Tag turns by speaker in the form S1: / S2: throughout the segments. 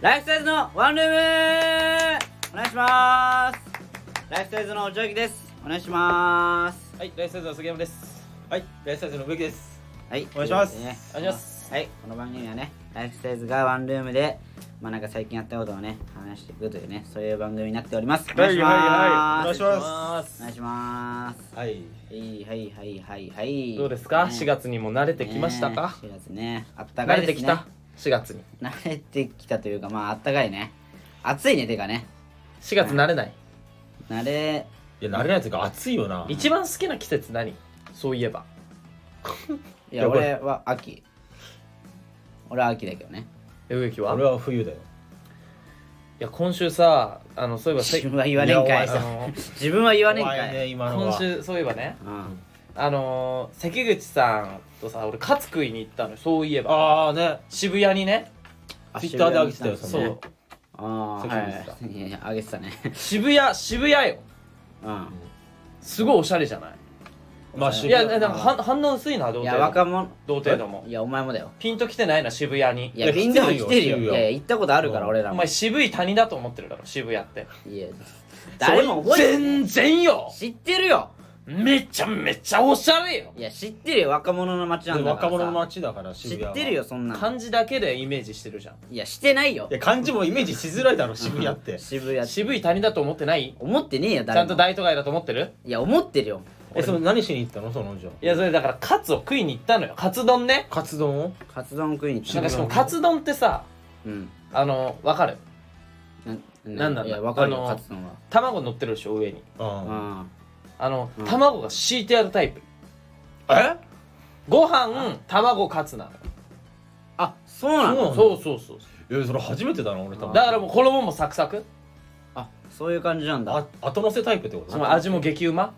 S1: ライフサイズのワンルームお願いしますライフサイズのおちょぎですお願いします
S2: はい、ライフサイズの杉山です。はい、ライフサイズの植木です。
S1: はい
S2: お願いします
S1: ということで
S2: お願いします
S1: はいこの番組はねライフサイズがワンルームでまあなんか最近やったことをね話していくというねそういう番組になっておりますお願いします
S2: お願いしま
S1: お
S2: す
S1: 願い。します
S2: はい。
S1: はいはいはいはいはい
S2: どうですか、
S1: ね
S2: 四月にも慣れてきましたか、
S1: ね4月ねあったか
S2: 慣
S1: い
S2: れて
S1: です
S2: き
S1: ね
S2: た四月に。
S1: 慣れてきたというかまああったかいね暑いねてかね
S2: 四月慣れない、
S1: 慣れ
S3: いや、慣れないというか、暑いよな。
S2: 一番好きな季節何そういえば。
S1: い
S3: い
S1: や
S3: やこれ
S1: 俺は秋俺は秋だけどね
S2: え植木は
S3: 俺
S2: い
S3: は冬だよ。
S2: や、今週さ、あの、そういえばせ、
S1: 自分は言わねんかい
S2: やお前
S1: 自分は言わねえんか
S3: 怖ね、
S1: い
S2: あ
S3: 今
S2: の
S3: の
S2: 今
S3: は。
S2: 週、そういえばね、
S1: うん
S2: あのー、関口さんとさ、俺、カツ食いに行ったのよ、そういえば。
S3: ああね、
S2: 渋谷にね、
S1: あ
S3: ツイッターで上げてたよ、
S1: そう
S2: そ
S3: の
S2: う
S3: ね。、
S1: ああ
S3: そういうこ
S1: はいいやいや あげてたね
S2: 渋谷、渋谷よ。
S1: うん
S2: すごいおしゃれじゃない
S3: まあ、
S1: い
S3: 知
S2: い
S3: り合
S2: や、
S3: い
S2: なんか反反応薄いな、どう
S1: いや若者
S2: 同程度も
S1: いやお前もだよ
S2: ピンときてないな渋谷に
S1: いや
S3: や
S1: みんなも
S3: 来て
S1: 来
S3: るよ
S1: てるよ
S3: 来てる
S1: い
S3: よ
S1: やいや行ったことあるから
S3: うん
S1: 俺ら
S2: お
S1: も
S2: 前渋い谷だと思ってるだろ渋谷って
S1: いや誰も覚えて
S2: 全然よ
S1: 知ってるよ
S2: めちゃめちゃおしゃれよ
S1: いや知ってるよ若者の街なんだか
S3: 若
S1: らさ
S3: 者の街だから、
S1: 知
S3: 渋谷
S1: っ
S3: は
S1: てる。よそんなの
S2: 漢字だけでイメージしてるじゃん
S1: いやしてないよ
S3: いや、漢字もイメージしづらいだろ、渋谷って。
S1: 渋谷
S2: 渋い谷だと思ってない
S1: 思ってねえよ
S2: ちゃ
S1: 誰
S2: んと
S1: も
S2: 大都会だと思ってる
S1: いや思ってるよ
S3: え、その、何しに行ったのその、じゃ
S2: いやそれだからカツを食いに行ったのよカツ丼ね
S3: あ。カツ丼を
S1: カツ丼食いに行
S2: な
S1: っ
S2: ん
S1: た
S2: かしかもカツ丼ってさ
S1: うん
S2: あのわかるなんだ
S1: いやわかるよ
S2: あ
S1: カ
S2: の
S1: ツ丼は
S2: 卵乗ってるでしょ上に
S3: うん。
S2: あの、
S1: うん
S2: 卵が敷いてあるタイプ
S3: え
S2: ご飯卵カツなのよ
S1: あそうなの
S3: そう
S2: そうそうそう
S3: いや、それ初めてだな、俺多分。
S2: だからもう衣もサクサク
S1: あそういう感じなんだ
S3: あ後乗せタイプってこと
S2: その味も激うま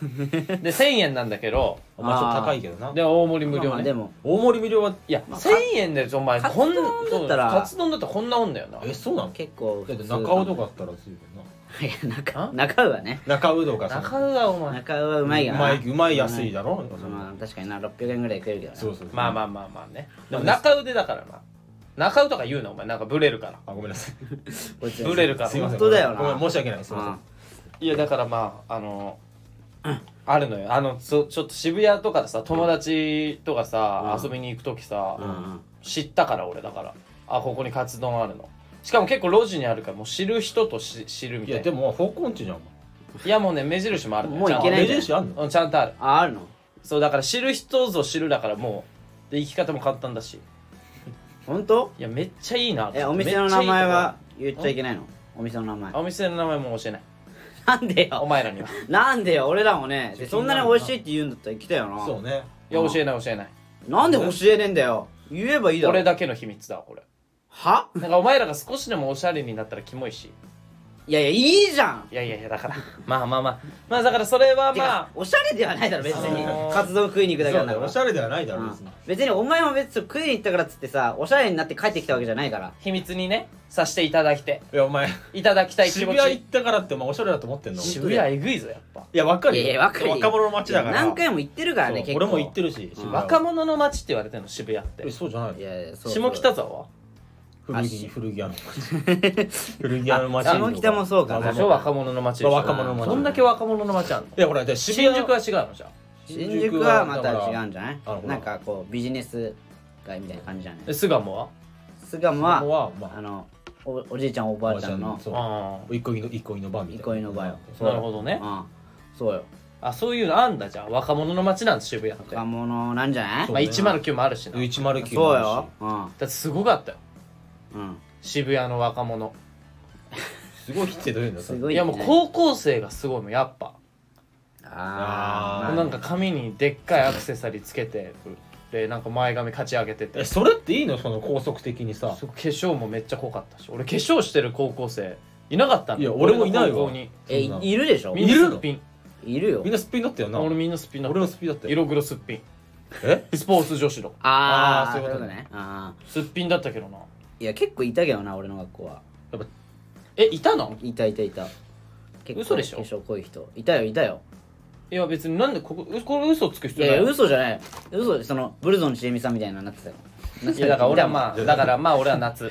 S2: で1000円なんだけど
S3: お前ちょっと高いけどな。
S2: で大盛り無
S1: まあ
S2: 料
S1: まあ
S2: ね、
S1: でも
S3: 大盛り無料は、
S2: いや、
S1: まあ
S2: 1000円でお前
S1: カツ
S2: こん
S1: 丼だったら
S2: そうカツ丼だったらこんなもんだよな
S3: え、そうなの
S1: 結構
S3: だっ
S1: 普
S3: て
S1: 通
S3: 中尾とかだったらずいぶんな。
S1: いや中
S2: あ
S1: 中尾はね
S3: 中尾とかさ。
S2: 中田お前
S1: 中尾はうまいが
S3: う
S1: な
S3: まい、うまい、安いだろ。
S1: まあ確かにな600円ぐらい食えるけどな
S3: そうそう。
S2: まあま
S3: あ。
S2: あまあまあねでも中腕だからな中尾とか言うなお前なんかブレるから
S3: あ、ごめんなさい。
S1: こいつ
S2: ブレるから
S3: すいません
S1: 本当だよな
S3: ごめん申し訳ないすい
S1: あ
S3: ま
S2: いやだからまああのあるのよあのそちょっと渋谷とかでさ友達とかさ、
S1: うん
S2: 遊びに行く時さ、
S1: うんうん
S2: 知ったから俺だからあここにカツ丼あるのしかも結構路地にあるからもう知る人とし知るみ
S3: せんい
S2: たい
S3: や
S2: な
S3: でも方向音痴じゃん
S2: いやもうね目印もあるのよ
S1: もうい
S3: お
S1: け
S3: 前
S1: ない
S3: 目
S1: じゃん
S3: 印あんの
S2: うんちゃんとある
S1: ああるの
S2: そうだから知る人ぞ知るだからもうで生き方も簡単だし
S1: 本当
S2: いやめっちゃいいな
S1: えお店の名前は
S2: めっちゃいいと
S1: 言っ
S2: こ
S1: ちゃいけないのお店の名前
S2: あお店の名前も教えない
S1: なんで
S2: お
S1: よ
S2: 前らには
S1: なんでよ俺らもね
S3: ちょっと
S1: そんな
S3: 気
S1: に
S3: になるな
S1: 美味しいって言うんだったら来たよな
S3: そうね
S2: いや教えない教えない
S1: なんで教えねえんだよ言えばいいだろ
S2: 俺だけの秘密だわこれ
S1: は
S2: なんかお前らが少しでもおしゃれになったらキモいし
S1: いやいやいいじゃん
S2: いやいやいやだから まあまあまあまあだからそれは
S1: て
S2: ま
S1: か
S2: あ
S1: おしゃれではないだろ別
S2: あの
S1: に
S2: ー
S1: カツ丼食いに行くだけなん
S3: そう
S1: だか
S3: だよ
S1: ら
S3: おしゃれではないだろ別
S1: う
S3: に
S1: ん別にお前も別に食いに行ったからっつってさおしゃれになって帰ってきたわけじゃないから
S2: 秘密にねさせていただいて
S3: いやお前
S2: いただきたい気
S3: 渋
S2: 持
S3: 谷行っ
S2: ち
S3: たからってお前おしゃれだと思ってんのい
S2: 渋谷えぐいぞやっぱ
S3: やわかるよ
S1: いやいやわかるよ
S3: 若者の街だから
S1: 何回も行ってるからね
S3: そ
S1: 結
S3: う
S1: 構
S3: 俺も行ってるし
S1: うん
S2: 若者の街って言われてんの渋谷って
S3: えそうじゃない
S1: いやいやそうそう
S2: 下北沢は
S1: あ
S3: 古
S1: し
S3: 着古 着屋の街古着屋の街
S1: あ下北もそうかな
S2: 最初若者の街でしょ
S3: 若者の街
S2: どんだけ若者の街あんの
S3: いやほらで渋
S2: 新
S3: 谷
S2: 宿は違うのじゃあ
S1: 新宿はまた違うんじゃない
S3: なるほど
S1: なんかこうビジネス街みたいな感じじゃない
S2: え巣鴨は
S1: 巣鴨
S3: は
S1: は
S3: はま
S1: あのおおじいちゃんおばあちゃんの
S3: そう
S2: ああ
S3: 一個いの一個いのバーみたいな
S1: 憩いのバーよ
S2: なるほどね
S1: うんそうよ
S2: あそういうのあんだじゃあ若者の街なんて渋谷って
S1: 若
S2: ま
S1: 者なんじゃない
S2: あ109もあるしなだ
S3: 109
S1: そう
S3: もある
S1: よ
S3: し
S1: うん
S2: ってすごかったよ
S1: うん
S2: 渋谷の若者
S3: すごい来てどういうんだよ
S1: すごいね
S2: いやもう高校生がすごいもんやっぱ
S1: あ
S3: あ
S1: ー
S3: ー
S2: なんか髪にでっかいアクセサリーつけてでなんか前髪かち上げてて
S3: え
S2: す
S3: それっていいのその高速的にさ
S2: ごい化粧もめっちゃ濃かったし俺化粧してる高校生いなかったの
S3: いや俺もいない
S2: 俺
S3: わ
S2: の高校に
S1: え
S3: そんない
S1: るでしょ
S2: みんなすっぴん
S1: いるよ
S3: みんなすっぴんだったよな
S2: 俺みんなすっぴんな
S3: 俺もスピードだったよ
S2: 色黒すっぴん
S3: え
S2: スポーツ女子の
S1: ああ
S3: あーそういうこと
S1: ねあ
S2: すっぴんだったけどな
S1: ーいや結構いたけどな俺の学校は
S2: えいたの
S1: いたいたいた結構
S2: 嘘でしょ
S1: 化粧濃い人いたよいたよ
S2: いや別になんでここうこれ嘘つく
S1: い
S2: 必要
S1: や
S2: ないい
S1: や嘘じゃない嘘そのブルゾンのちえみさんみたいなのになってたよ
S2: いやだから俺はまあ
S3: いや
S2: だからまあ俺は夏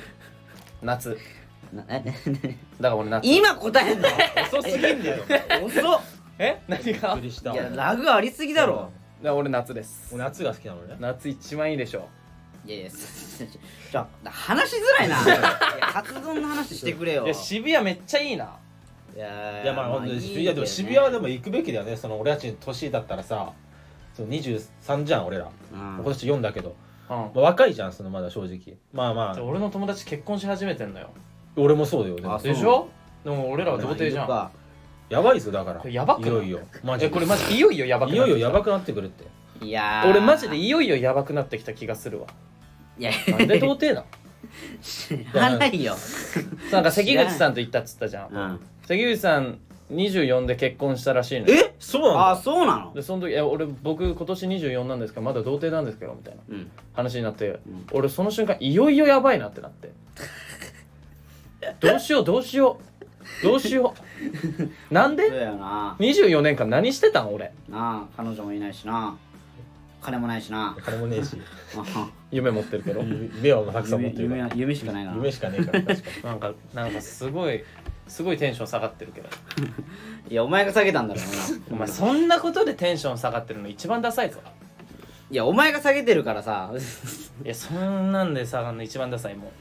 S2: 夏
S1: なえ ねね
S2: だから俺夏
S1: 今答えんの
S3: 遅すぎんだよ。
S1: 遅っ
S2: え何が
S3: びっくりした。
S1: いやラグありすぎだろ
S2: だから俺夏です
S3: 俺夏が好きなのね。
S2: 夏一番いいでしょ
S1: いやいやすちょ話しづらいないやカツ丼の話してくれよ
S2: いや渋谷めっちゃいいない
S1: やー
S3: いやまあ本
S1: い
S3: 当
S1: い
S3: に
S1: けどね
S3: いやでも渋谷はでも行くべきだよね。その俺たちの年だったらさ、その23じゃん俺ら。
S1: うん
S3: 今年4だけど、
S2: うん
S3: まあ、若いじゃんそのまだ正直。まあま
S2: で
S3: あ
S2: 俺の友達結婚し始めてんのよ
S3: 俺もそうだよね
S1: あ。そう
S2: でしょでも俺らは童貞じゃ
S1: ま
S2: ん
S1: あ
S3: やばいぞだから。
S2: これやばくない
S3: いよいよ。マジ
S2: え
S3: で
S2: これマジいよいよやばく
S3: い
S2: なっ
S3: よ
S2: て
S3: い
S2: きた
S3: よやばくなってくるって。
S1: いやー
S2: 俺マジでいよいよやばくなってきた気がするわ
S1: いや
S2: なんで童貞な
S1: 知らないよ
S2: の なんか関口さんと行ったっつったじゃん
S1: うん
S2: 関口さん24で結婚したらしいのよ
S1: え
S3: そうなんだ。
S1: あそうなの
S2: でその時「え俺僕今年24なんですけどまだ童貞なんですけど」みたいな
S1: うん
S2: 話になって、
S1: ん
S2: 俺その瞬間いよいよやばいなってなってどうしようどうしようどうしようなん
S1: そう
S2: で
S1: だよな
S2: 24年間何してたん俺
S1: なあ彼女もいないしな金もないしな
S3: 金もねえし、
S2: 夢持ってるけど
S3: 目はもうたくさん持
S1: 夢
S3: ってるから
S1: 夢。夢しかないから
S3: 夢しかねえから確 かに。
S2: なんかなんかすごいすごいテンション下がってるけど
S1: いやお前が下げたんだろうな
S2: お前そんなことでテンション下がってるの一番ダサいぞ
S1: いやお前が下げてるからさ
S2: いやそんなんで下がるの一番ダサいもう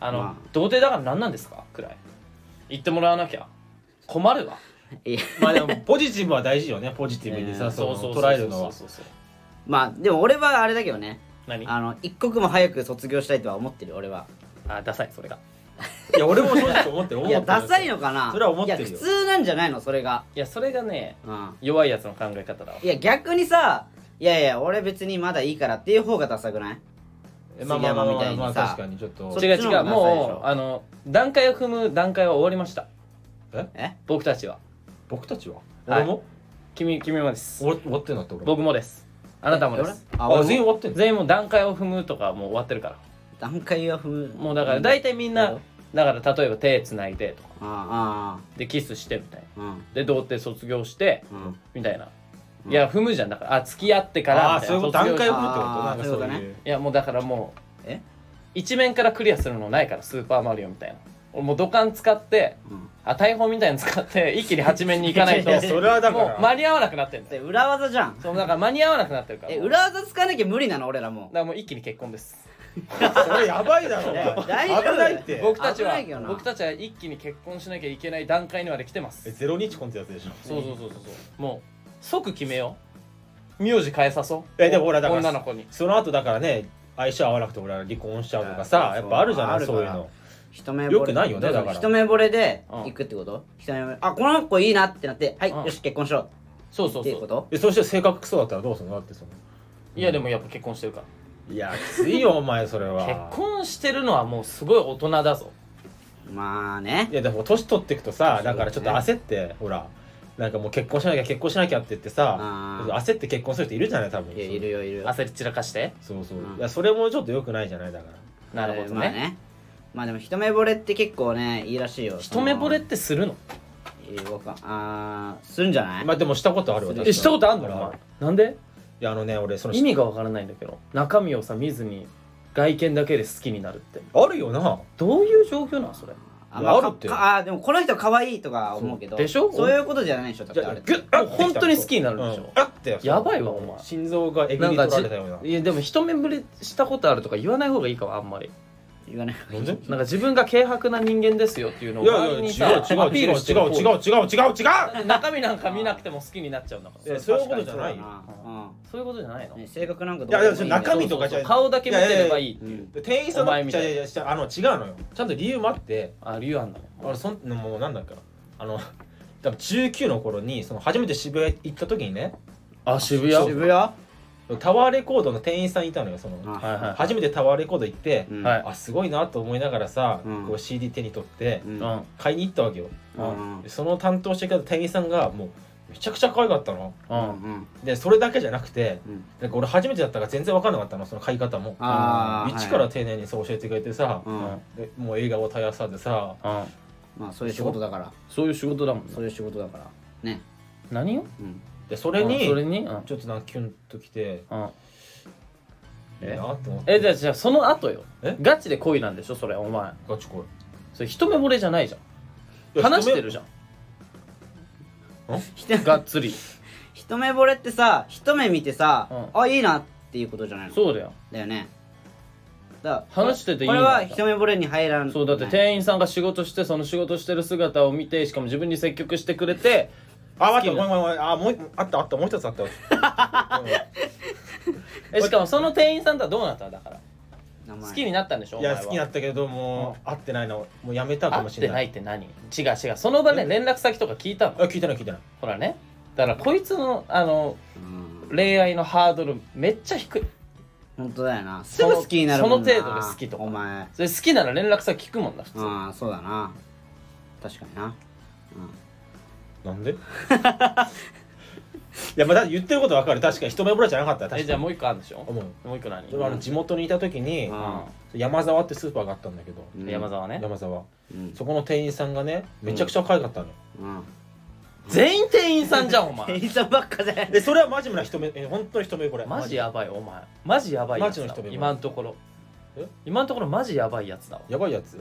S2: あの、
S1: まあ
S2: 童貞だから何なんですかくらい言ってもらわなきゃ困るわ
S1: いや
S3: まあでもポジティブは大事よね。ポジティブに
S1: え
S3: さ、
S1: ー
S3: その捉えるのは。
S2: そうそうそう
S1: まあでも俺はあれだけどね
S2: 何あ
S1: あの一刻も早く卒業したいとは思ってるよ俺は
S2: ダサいそれが
S3: いや俺も正直思ってる。思
S1: い
S3: って
S1: や
S3: る
S1: ダサいのかな
S3: それは思ってるよ
S1: いや普通なんじゃないのそれが
S2: いやそれがね
S1: うん
S2: 弱いやつの考え方だわ
S1: いや逆にさいやいや俺別にまだいいからっていう方がダサくない
S3: まあまあまあまあま
S1: 杉山み
S3: あ
S1: たいにさ
S3: 確かにちょっと
S1: そ
S2: 違う
S1: っちの
S2: 違
S1: 方がダサい
S2: う
S1: でしょ
S2: もうあの段階を踏む段階は終わりました
S1: え
S2: 僕たちは
S3: 僕たちは
S2: はい
S3: 俺も
S2: 君君もです
S3: 俺終わってんだって俺も
S2: 僕もですあなたもで
S1: 俺
S2: す
S1: あ
S3: あ
S1: 俺
S3: 全員
S1: も
S3: 終わってんの
S2: 全員もう段階を踏むとかもう終わってるから
S1: 段階は踏む
S2: もうだから大体みんなだから例えば手つないでとか
S1: あ
S2: でキスしてみたいな
S1: あああうん
S2: で童貞卒業して
S1: うん
S2: みたいな、
S1: うん
S2: いや踏むじゃんだからあ付き合ってからみ
S3: ああ
S2: た
S3: そういうこと
S2: 卒業
S3: 段
S2: し
S3: 階を
S1: 踏
S3: 踏
S1: む
S3: む
S1: っ
S3: ってて
S1: こ
S3: ことと
S1: なかそういう
S3: なんんかそういう
S2: いやもうだからもう
S1: え
S2: 一面からクリアするのないからスーパーマリオみたいな俺もう土管使って
S1: うん
S2: あ大砲みたいに使って一気に八面に行かないと
S1: いやいやそ
S3: れはだから
S2: もう間に合わなくなってるんだ
S1: で
S2: よ
S1: 裏技じゃん
S2: そうだから間に合わなくなってるから
S1: え
S2: もう
S1: 裏技使わなきゃ無理なの俺らも
S2: だからもう一気に結婚です
S3: それやばいだろお前
S1: 大丈夫
S3: 危ないって
S2: 僕たち
S1: 危
S2: は
S1: ないけどな
S2: 僕たちは一気に結婚しなきゃいけない段階にまで来てます
S3: えゼロ日婚ってやつでしょ
S2: そうそうそうそうそうもう即決めよう名字変えさそう
S3: えでもほらだから
S2: 女の子に
S3: その後だからね相性合わなくて俺は離婚しちゃうとかさ
S1: いや
S3: やっぱあるじゃな
S1: そ
S3: いう
S1: そ
S3: そうういう
S1: ある
S3: の
S1: 一目惚れ
S3: よくないよねだから
S1: 一目惚れで
S2: うん
S1: 行くってこと、一目惚れあこの子いいなってなってはい、
S2: うん
S1: よし結婚しよ
S2: そうそうう
S1: って
S2: そ
S1: いうこ
S2: う
S1: と
S3: えそして性格クソだったらどうするのだってその
S2: いやでもやっぱ結婚してるか
S3: いやきついよお前それ
S2: ら
S3: は
S2: 結婚してるのはもうすごい大人だぞ
S1: まあね
S3: いやでも年取っていくとさ
S1: そうだ
S3: だ
S1: ね
S3: からちょっと焦ってほらなんかもう結婚しなきゃ結婚しなきゃって言ってさ
S1: あー
S3: 焦って結婚する人いるじゃない多分
S1: いやいるよいるよ
S2: 焦り散らかして
S3: そうそう、
S1: うん
S3: いやそれもちょっと良くないじゃないだから
S2: なるほど
S1: まあ
S2: ね
S1: ねまあでも一目惚れって結構ねいいらしいよ
S2: 一目惚れっ
S1: そ
S2: てするの
S1: のいやわかんあーするんじゃない、
S3: まあでもしたことあるわ
S1: え
S3: 私
S2: え
S3: は
S2: したことあんの
S3: る
S2: お
S3: る
S2: 前なんで
S3: いやあのね俺その
S2: 意味がわからないんだけど中身をさ見ずに外見だけで好きになるって
S3: あるよな
S2: どういう状況なんそれ
S1: あまあ
S3: あるって
S1: かかあーでもこの人可愛いとか思うけど
S2: そうでしょ
S1: そういうことじゃないでしょだってあれ
S3: グッあってきた
S2: 本当に好きになるでしょ
S3: うんあってよ
S2: やばいわお前
S3: 心臓がえぐ
S2: な
S3: り
S2: ん
S3: 取
S2: か
S3: られ
S2: じ
S3: たようない
S2: やでも一目惚れしたことあるとか言わない方がいいかもあんまり
S1: 言わない
S3: なんで
S2: なんか自分が軽薄な人間ですよっていうのを
S3: いや
S2: 周
S3: い
S2: り
S3: や違う違う
S2: にさアピ
S3: 違
S2: ー
S3: う
S2: ルしてる方
S3: 違う違
S2: が
S3: う違う違う違う
S2: 中身なんか見なくても好きになっちゃうんだから
S3: いやそういうことじゃ
S1: そうだ
S3: ないよ
S1: な
S2: そういうことじゃないの
S1: うん、ね、性格なんかど
S3: いや
S1: で
S3: で
S1: もいい
S3: もそれ
S1: んだよ
S3: 中身とかじゃ
S2: 顔だけ見てればいいって
S1: う
S2: いうん
S3: 店員さん
S2: お前みたいな
S3: 違う違う違うあの違うのよちゃんと理由もあって
S2: あ理由あんだ
S3: 俺そんもうなんだっけなあの 多分19の頃にその初めて渋谷行った時にね
S2: あ渋
S1: 渋
S2: 谷
S1: 谷は
S3: タワーレコードの店員さんいたのよその
S1: い
S2: はいはい
S3: 初めてタワーレコード行って、
S1: うん
S2: はい
S3: あすごいなと思いながらさ、
S1: うん
S3: こう CD 手に取って
S1: うん
S2: うん
S3: 買いに行ったわけよ、
S1: うん
S3: その担当してくれた店員さんがもうめちゃくちゃ可愛かったの
S2: うん
S1: うん
S3: でそれだけじゃなくて
S1: うん
S3: なんか俺初めてだったから全然分かんなかったのその買い方も
S1: あー
S3: 一から丁寧にそう教えてくれてさ、
S1: う
S2: うんん
S3: でもう映画を絶やさずさ
S2: うん
S1: まあそういう仕事だから
S2: そういう仕事だもん
S1: そういう仕事だからね
S2: 何よ
S1: うん
S3: でそれに
S2: うんそれにうん
S3: ちょっとなんかキュンときて
S2: うん
S3: いいなって思って
S2: えじゃあじゃあその後よ
S3: え
S2: ガチで恋なんでしょそれお前
S3: ガチ恋
S2: それ一目惚れじゃないじゃん話してるじゃん
S1: 一目
S2: がっつり
S1: 一目惚れってさ一目見てさ、
S2: う
S1: あいいなっていうことじゃないの
S2: そうだよ
S1: だよねだから
S2: 話してていい
S1: これ
S2: な
S1: は一目惚れに入らん
S2: そうだって
S1: ない
S2: 店員さんが仕事してその仕事してる姿を見てしかも自分に積極してくれて
S3: あ待っ
S2: 好
S3: て
S2: きな
S3: ごめんごめんごめんあもう一あったあったもう一つ あったよ
S2: えしかもその店員さんとはどうなったんだから
S1: 名前
S2: 好きになったんでしょ
S3: うん
S2: お前
S3: いや
S2: は
S3: 好きになったけどもう会ってないなもうやめたか
S2: 会
S3: も
S2: っ
S3: してれ
S2: な
S3: ないい
S2: って何違う違うその場で
S3: え
S2: 連絡先とか聞いたの
S3: あ聞いてない聞いてない
S2: ほらねだからこいつのあの
S1: うん
S2: 恋愛のハードルめっちゃ低い
S1: 本当だよなす
S2: そ
S1: ぐ
S2: の
S1: 好きになるもんな
S2: その程度で好きとか
S1: お前
S2: それ好きなら連絡先聞くもんな普通
S1: ああそうだな確かにな、う
S3: なんで いやまあだって言ってることわかる確かに一目惚れじゃなかった
S2: え
S3: 確
S2: じゃ
S3: か
S2: あ
S3: に
S2: もう一個あるんでしょ
S3: 思う
S2: もう一個何
S3: でもあの地元にいた時に
S1: あ
S3: 山沢ってスーパーがあったんだけど
S1: んうん、
S2: 山沢ね
S3: 山沢
S1: うん
S3: そこの店員さんがねめちゃくちゃ可愛かったのよ
S1: うん
S2: 全員店員さんじゃん お
S1: 店
S2: 前
S1: 員さんばっかで
S3: でそれはマジな一目え本当に一目惚れ
S2: マジやばいお前マジやばいやつだ
S3: マジの人目
S2: 今のところ
S3: え
S2: 今のところマジやばいやつだわ、
S3: やばいやつ
S2: う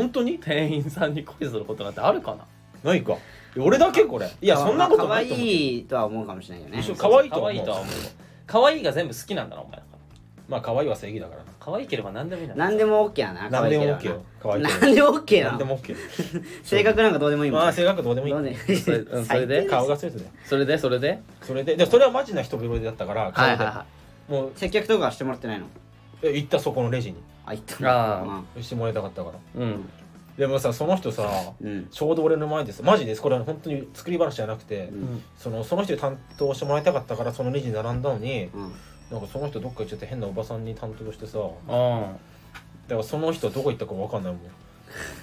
S2: ん
S3: 本当に
S2: 店員さんに恋することなんてあるかな
S3: ないかえ俺だけこれい
S1: い
S3: やそんなことない
S1: 可
S3: と思う
S1: 愛いとは思うかもしれないよね
S3: 一緒可愛いと
S2: 可
S3: は思う
S2: 愛いとは思う可愛いが全部好きなんだなお前だから
S3: まあ可愛いは正義だから
S2: 可愛ければ何でもいいんだ
S1: 何でも OK やな
S3: 何でも
S1: 可愛い
S3: OK
S1: けど
S3: よ
S1: な
S3: 可愛いけど
S1: 何でも OK
S3: 何で
S1: な
S3: も OK
S1: 性格なんかどうでもいいもん
S3: まあ性格どうでもいい
S1: どうでもいい
S2: それうんそれで
S3: 顔がついてたよ
S2: それでそれで
S3: それででそれはマジな一目惚れだったから顔で
S2: は
S3: もう
S1: 接客とかはしてもらってないの
S3: え行ったそこのレジに
S1: あ行った
S2: あ
S3: してもらいたかったから
S2: いうん
S3: でもさその人さ
S1: うんうん
S3: ちょうど俺の前ですマジですこれは本当に作り話じゃなくて、
S1: う
S2: うんん
S3: そのその人に担当してもらいたかったからそのレジに並んだのに
S1: うん
S3: なんかその人どっか行っちゃって変なおばさんに担当してさだか
S2: うん
S3: らその人どこ行ったか分かんないもん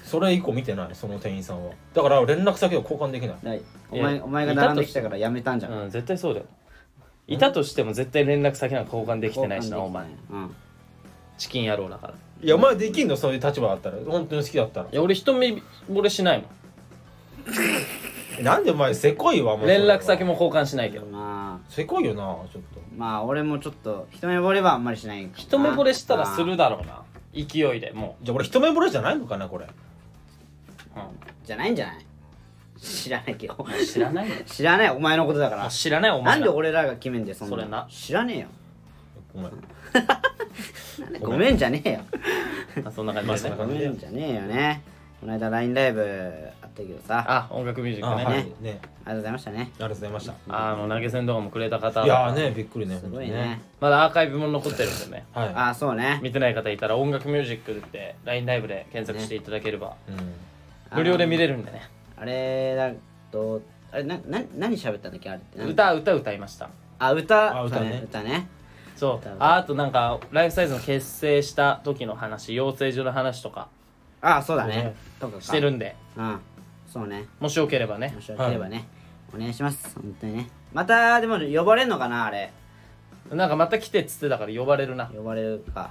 S3: それ以降見てないその店員さんはだから連絡先を交換できない
S1: だいお
S2: い
S1: 前
S2: や
S1: お前が並んできたからやめたんじゃん
S2: うん絶対そうだよいたとしても絶対連絡先なんか交換できてないしなお
S1: 交換
S2: 前
S1: できてないうん
S2: チキン野郎だからい
S3: いやお前できんのそういう立場だったら本当に好きだったら
S2: や俺一目惚れしないもん
S3: なんでお前せこいわもう
S2: 連絡先
S3: も
S2: も交換しないけど
S1: まあ
S3: せこいよなちょっと
S1: まあ俺もちょっと一目惚れはあんまりしないかな
S2: 一目惚れしたらするだろうな勢いでも
S3: じゃあ俺一目惚れじゃないのかなこれ
S2: う、
S1: じゃないんじゃない知らないけど
S2: うん、知らないよ
S1: 知らないお前のことだから
S2: 知らないお
S1: な
S2: 前
S1: ん
S2: ら
S1: で俺らが決めんでそんな
S2: それな
S1: 知らねえよ
S3: ごめん
S1: ごめんじゃねえよ
S2: あそんな感
S3: まあ
S2: じ
S3: そ
S2: で
S1: ご
S2: ね
S3: んな感じ
S1: め
S3: で
S1: んじゃねえよねこの間 LINE ライブあったけどさあ
S2: あ音楽ミュージッ
S3: あ
S2: クね
S3: は
S2: あ,、
S3: いね
S1: りがとうございましたね
S3: ありがとうございました
S2: の投げ銭動画もくれた方
S3: いやーねびっくりね
S1: すごいね
S2: まだアーカイブも残ってるんでね
S3: 本当にねは
S1: ああそうね
S2: 見てない方いたら音楽ミュージックって LINE ライブで検索していただければ、
S3: い、うん、
S2: 無料で見れるんでね
S1: あれだとあれなな何喋ったんだっけあれってなん
S2: 歌歌歌いました
S1: あ歌
S3: あ歌ね
S1: そう歌ね
S2: そう
S1: 歌
S2: ああとなんかライフサイズの結成した時の話養成所の話とか
S1: あそうだね
S3: そうね
S1: とかか
S2: してるんで
S1: うんそうね
S2: もしよければね
S1: もしよければね、お願いします本当にねまたでも呼ばれんのかなあれ
S2: なんかまた来てっつってたから呼ばれるな
S1: 呼ばれるか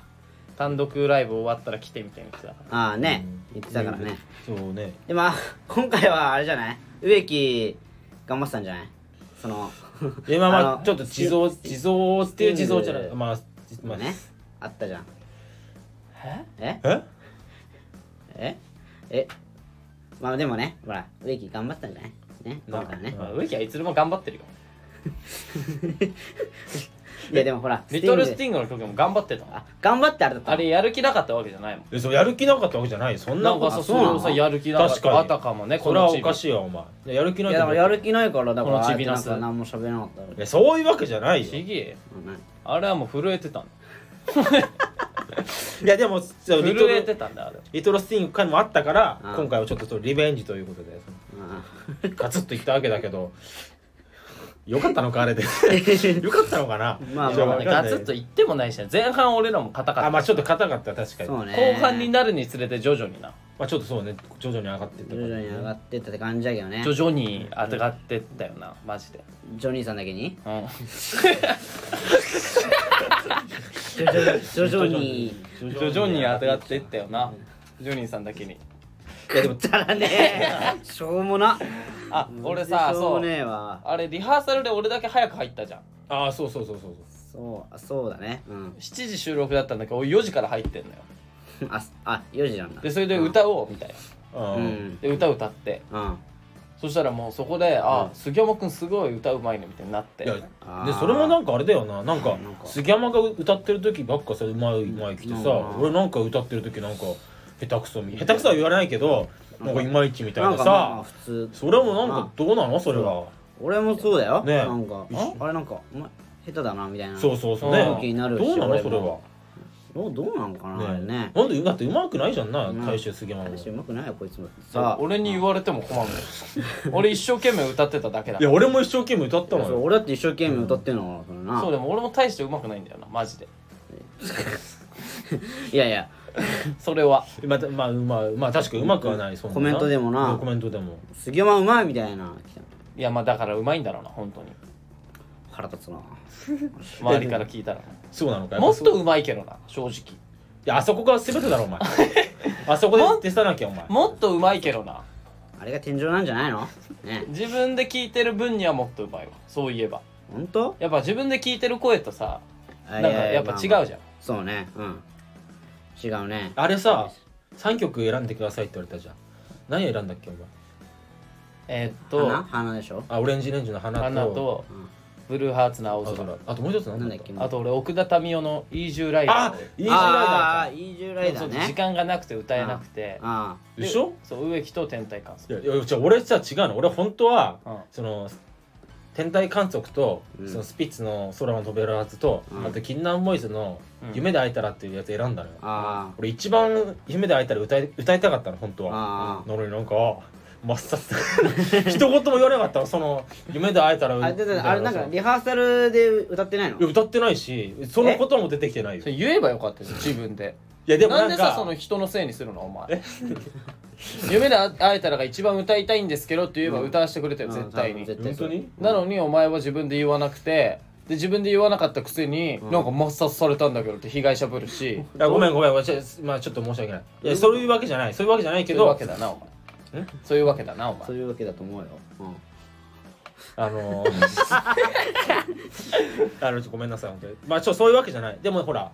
S2: 単独ライブ終わったら来てみたいな人だか
S1: ああね、言ってたからね、
S3: そうね
S1: でまあ今回はあれじゃない植木頑張ってたんじゃないその
S3: えまあ
S1: あ
S3: ま
S1: の
S3: あちょっと地蔵地蔵っていう地蔵じゃない
S1: スティング
S3: まあまあ
S1: ねあったじゃん
S2: ら
S1: え
S3: え
S1: ええまあでもねほら植木頑張ってたんじゃないね
S3: まあ
S1: 今回は
S2: え
S1: ね
S2: まあ植木はいつでも頑張ってるよ
S1: いやでもほら
S2: リトルステ
S1: ィン
S2: ィングの曲も頑張ってたもん
S1: あ頑張ってあれだった
S2: あれやる気なかったわけじゃないもん
S3: えそうやる気なかったわけじゃないよそんな
S2: な
S3: こ
S2: ん
S3: と
S2: か
S1: あそ
S2: さそうれ
S1: なの
S2: をさやる気なかっ
S3: 確かに
S2: たあたかもね
S3: それはお
S2: チビ
S3: かしいよお前いややる気ないい
S1: やだからやる
S3: 気
S1: 気ないからだか
S2: こ
S1: ら
S2: の
S1: あ
S2: チ
S1: え
S2: ビ
S1: てな
S2: ナ
S1: ん
S2: ス
S1: か何も喋らなかったから
S3: そういうわけじゃない
S2: ち
S3: よ
S2: ぎえ
S1: うん
S2: あれはもう震えてたんだ
S3: いやでもそうリト
S2: 震え
S3: ル
S2: てたんだあれ
S3: リトルスティング会もあったから
S1: うん
S3: 今回はちょっとリベンジということで
S1: うん
S3: ガツッといったわけだ けどよかったのかあれでよかったのかな
S1: まあ
S3: い
S1: ま
S3: や
S1: あ
S3: わかんな
S2: ガ
S3: い
S2: ツッと言ってもないしね前半俺らも硬か
S3: あ
S2: っ
S3: まあちょっと硬かった確かに
S1: そう
S3: ま
S1: ね
S2: た後半になるにつれて徐々にな
S3: あちょっとそうね徐々に上がってって
S1: 徐々に上がってったって感じだけどね
S2: 徐々にあてがってったよなマジで
S1: ジョニーさんだけに
S2: うん
S1: 徐々徐々に
S2: 徐々にあてがってったよなジョニーさんだけに
S1: いやでもだらねえしょうもな
S2: あ俺さ
S1: しょう
S2: そ
S1: もね
S2: う
S1: えわ
S2: あれリハーサルで俺だけ早く入ったじゃん
S3: ああそうそうそうそうそう
S1: そうあそうだねうん
S2: 7時収録だったんだけど俺4時から入ってんのよ
S1: ああ4時なんだ
S2: でそれで歌おうみたいな
S3: うん
S1: うん
S2: で歌歌って
S1: うん
S2: そしたらもうそこで「あ、
S1: うん
S2: 杉山くんすごい歌うまいね」みたいになって
S3: いや
S1: あ
S3: で
S1: ー
S3: それもなんかあれだよななんか
S1: なんか
S3: 杉山が歌ってる時ばっかそれうまいうまい来てさ、
S1: うん
S3: 俺なんか歌ってる時なんか下手くそみ下手くそは言わないけどなんかいまいちみたい
S1: なん
S3: な
S1: か
S3: さ
S1: まあ普通
S3: それもなんかどうなのそれは
S1: 俺もそうだよ
S3: ね
S1: なんかああれなんかお前下手だなみたいな
S3: そうそうそう
S2: うん
S3: ね
S1: 気になるし
S3: どうなの
S1: 俺
S3: それは
S1: もどうどうなのかなあれね
S3: なんでだってうまくないじゃんな
S1: うん
S3: 大衆杉山も
S1: 私
S3: いう
S1: まくないよこいつも
S2: そう
S1: さ
S2: 俺に言われても困るの よ俺一生懸命歌ってただけだ
S3: や俺も一生懸命歌った
S1: そう
S3: もんよ
S1: 俺だって一生懸命歌ってんのかな
S2: そうでも俺も大して上手くないんだよなマジで
S1: いやいや
S2: それは
S3: まあまあまあまあ確かにうまくはないそんな
S1: コメントでもな
S3: コメントでも
S1: 杉山うまいみたいな来たの
S2: いやまあだから上手いんだろうな本当に
S1: 腹立つな
S2: 周りから聞いたら
S3: そうなのかや
S2: も
S3: ぱ
S2: っ
S3: そう
S2: と上手いけどな正直
S3: いやあそこが全てだろ お前あそこで出さなきゃお前
S2: もっと上手いけどな
S1: あれが天井なんじゃないのね
S2: 自分で聞いてる分にはもっと上手いわそういえば
S1: 本当
S2: やっぱ自分で聞いてる声とさ
S1: な
S2: なんかやっぱ違うじゃん
S1: そうねうん違うね
S3: あれさ3曲選んでくださいって言われたじゃん何選んだっけお前
S2: えーっと
S1: 花花でしょ
S3: あオレンジレンジの花と
S2: 花とブルーハーツの青
S3: 青
S2: 空
S3: 空あともう一つ
S1: な
S3: 何
S1: んだ
S3: だっ
S1: っ
S3: け
S1: け
S2: あと俺奥田民生の「イージューライダ
S3: あ
S2: ーを」
S3: イージーラ
S1: あ
S3: イ
S1: ーイージューライダー
S2: そう時
S1: ね
S2: 間がなくて歌えなくて
S1: あ
S3: ダーでしょ
S2: そう植木と天体観
S3: い
S2: 測
S3: やいや違う俺さ違うの俺本当は、
S2: うん
S3: その天体観測と、
S1: うん
S3: そのスピッツの空を飛べるはずと、
S1: うん
S3: あとキンナンボーイズの
S2: うん
S3: 夢で会えたらっていうやつ選んだのよ、
S1: あ
S3: 俺一番夢で会えたら歌い歌いたかったの本当
S1: あ
S3: は
S1: ああ
S3: なのになんか抹殺 一言も言われなかったのその夢で会えたら
S1: あれだってあれなんか
S3: い
S1: リハーサルで歌ってないの
S3: や歌ってないしそのことも出てきてないよ
S2: それ言えばよかったじゃん自 分で
S3: いやでも
S2: な
S3: なんん
S2: で
S3: か
S2: さその人のせいにするのお前夢で会えたらが一番歌いたいんですけどって言えば
S1: うん
S2: 歌わせてくれたよ、絶対
S1: うん
S2: に
S1: 絶対そう
S3: 本当に
S2: なのにお前は自分で言わなくてで自分で言わなかったくせに、
S1: うん
S2: なんか抹殺されたんだけどって被害者ぶるし
S3: いやごめんごめん、わしまあ、ちょっと申し訳ないいやそういうわけじゃないそういうわけじゃないけ
S2: そういうわ
S3: ど
S2: けだなお前
S3: ん
S2: そういうわけだなお前
S1: そういうわけだと思うようん
S3: あのー、 あのちょっとごめんなさい本当にまあちょそういうわけじゃないでもほら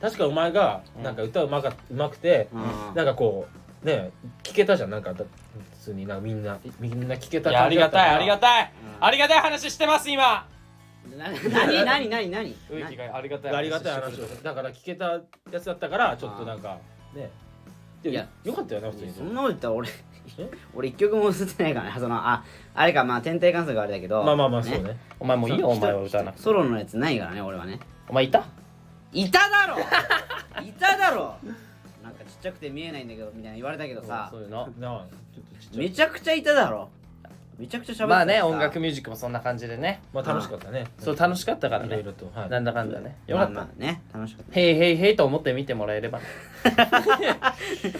S3: 確かお前がなんか歌うまか、うまくて、
S1: うん
S3: なんかこうね聞けたじゃんなんかだ普通になみんなみんな聞けた
S2: いやありがたいありが
S3: い
S2: たい、
S1: うん
S2: ありがたい話してます今
S1: な何何何何
S2: 植木がありがたい
S3: ありがたい話をだから聞けたやつだったからちょっとなんかねで
S1: いや
S3: よかったよな普通に
S1: そんなこと言ったら俺
S3: え
S1: 俺一曲も映ってないからねそのああれかまあ天体観測はあれだけど
S3: まあまあまあそうね
S2: お前もういいよお前は歌わなくて
S1: ソロのやつないからね俺はね
S2: お前いた
S1: いただろいただろなんかちっちゃくて見えないんだけどみたいな言われたけどさ
S2: そういうの
S3: なあちょっとちっちゃい
S1: めちゃくちゃいただろめちゃくちゃ喋ってた
S2: まあね音楽ミュージックもそんな感じでね
S3: まあ楽しかったね
S2: そう楽しかったから
S3: いろい
S2: ね
S3: ろとはい
S2: なんだかんだねよかった、
S1: まあまあね楽しかった
S2: へいへいへいと思って見てもらえれば